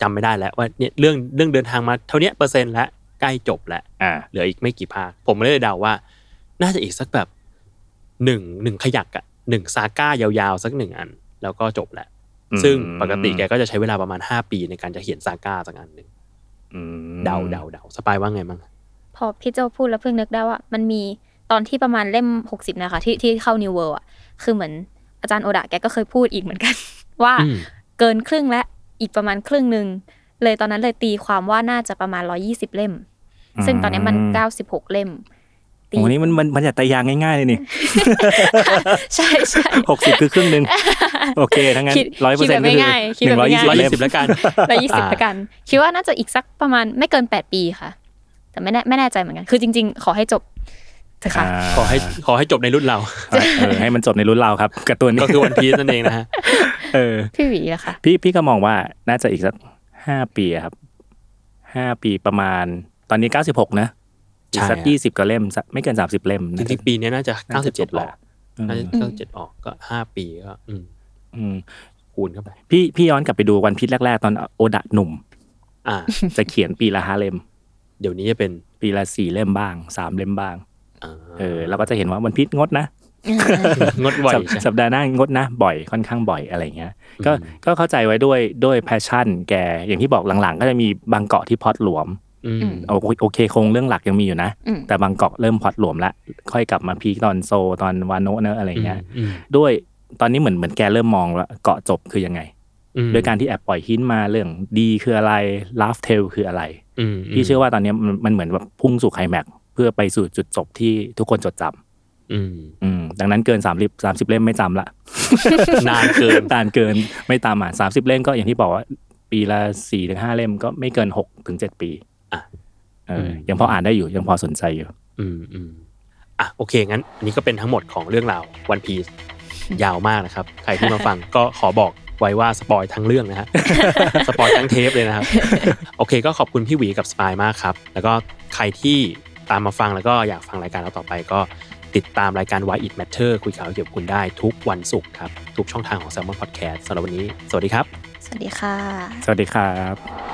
จำไม่ได้แล้วว่าเนี่ยเรื่องเรื่องเดินทางมาเท่าเนี้ยเปอร์เซ็นต์แล้วใกล้จบแล้ว
อ่า
เหลืออีกไม่กี่ภาค ผมเลยเดาว่า น่าจะอีกสักแบบหนึ่งหนึ่งขยักอะหนึ่งซาก้ายาวๆ สักหนึ่งอัน แล้วก็จบแหละ
อืม
ซึ่งปกติแกก็จะใช้เวลาประมาณ 5 ปีในการจะเขียนซาก้าสักอันหนึ่ง
อืม
เดาเดาเดาสปายว่าไงมั้ง
พอพี่โจพูดแล้วเพิ่งนึกได้ว่า มันมีตอนที่ประมาณเล่ม 60 นะคะ ที่ที่เข้า New World อ่ะ คือเหมือนอาจารย์โอดะแกก็เคยพูดอีกเหมือน กัน ว่า
อืม
เกินครึ่งและอีกประมาณครึ่งหนึ่งเลยตอนนั้นเลยตีความว่าน่าจะประมาณ 120 เล่ม ซึ่งตอนนี้มัน 96 เล่มตี
โอ้นี่มันมันมันจัดตายางง่ายๆเลยนี่
ใช่ ใช่
หกสิบคือครึ่งหนึ่ง โอเคทั้างนั้น
คิด
ร้อยเป
คิ
อ
ด
ร์
แบ
เซ็น
บ
ต์ก็คือ
ง่ายๆคิด
ห
แบ
นึ่
บ
งร้อยยี่สิบ
ง่า
ร้อ
ๆ
ย
เล่
ยี่
ม
สิบแล้วกัน
ร้อยี่สิบละกัน คิดว่าน่าจะอีกสักประมาณไม่เกิน 8 ปีค่ะ แต่ไม่แน่ไม่แน่ใจเหมือนกัน คือจริง ๆ ขอให้จบเถอะค่ะ
า
ขอให้ขอให้จบในรุ่น เรา
เออให้มันจบในรุ่นเราครับการ์ตูนนี้
ก็คือวันพีซนั่นเองนะฮะ
เออ
พี่หวีละค่ะ
พี่พี่ก็มองว่าน่าจะอีกสักห้าปีอะครับห้าปีประมาณ ตอนนี้เก้าสิบหกนะอีกสัก
ใช่
ยี่สิบกว่าเล่มสักไม่เกินสามสิบเล่ม
จริงๆปีนี้น่าจะ 97ออก
อืม
น่าจะ97ออกก็ 5 ปีก็อืม
อืม
คูณเข้าไป
พี่พี่ย้อนกลับไปดูวันพีชแรก ๆ ตอนโอดะหนุ่ม
อ่า
จะเขียนปีละห้าเล่ม
เดี๋ยวนี้จะเป็น
ปีละสี่เล่มบ้างสามเล่มบ้าง
อ่า
เออเราก็จะเห็นว่าวันพีชงดนะ
งดไหว
สัป
ใช่ไหม
สัปดาห์หน้างดนะบ่อยค่อนข้างบ่อยอะไรเงี้ยก็
อืม
ก็เข้าใจไว้ด้วยด้วยแพชชั่น แกอย่างที่บอกหลังๆ ก็จะมีบางเกาะที่พล็อดหลวม
อืม
โอเคโอเคโครงเรื่องหลักยังมีอยู่นะ
อืม
แต่บางเกาะเริ่มพล็อดหลวมละค่อยกลับมาพีคตอนโซตอนวานโนะเนอะอะไรเงี้ย
อืม
ด้วยตอนนี้เหมือนเหมือนแกเริ่มมองว่าเกาะจบคือยังไง
อืม
โดยการที่แอบปล่อยหินมาเรื่องดีคืออะไรลาฟเทลคืออะไร
อืม
พี่เชื่อว่าตอนนี้มันมันเหมือนแบบพุ่งสู่ไคลแม็กซ์เพื่อไปสู่จุดจบที่ทุกคนจดจำ
ม
อืมดังนั้นเกิน30 30 เล่มไม่จำละ
นานเกิน
ตานเกินไม่ตามอ่ะสามสิบเล่มก็อย่างที่บอกว่าปีละสี่ถึงห้าเล่มก็ไม่เกินหกถึงเจ็ดปี
อ่ะ
เออ
ม
อยังพออ่านได้อยู่ยังพอสนใจอยู่
อืมอืมอ่ะโอเค งั้น อันนี้ก็เป็นทั้งหมดของเรื่องราววันพี e ยาวมากนะครับ ใครที่มาฟัง ก็ขอบอกไว้ว่าสปอยทั้งเรื่องนะฮะ สปอยทั้งเทปเลยนะครับ โอเค ก็ขอบคุณพี่หวีกับสปายมากครับ แล้วก็ใครที่ตามมาฟังแล้วก็อยากฟังรายการเราต่อไป ก็ติดตามรายการ Why It Matter คุยข่าวเกี่ยวกับคุณได้ทุกวันศุกร์ครับ ทุกช่องทางของ Salmon Podcast สำหรับวันนี้ สวัสดีครับ
สวัสดีค่ะ
สวัสดีครับ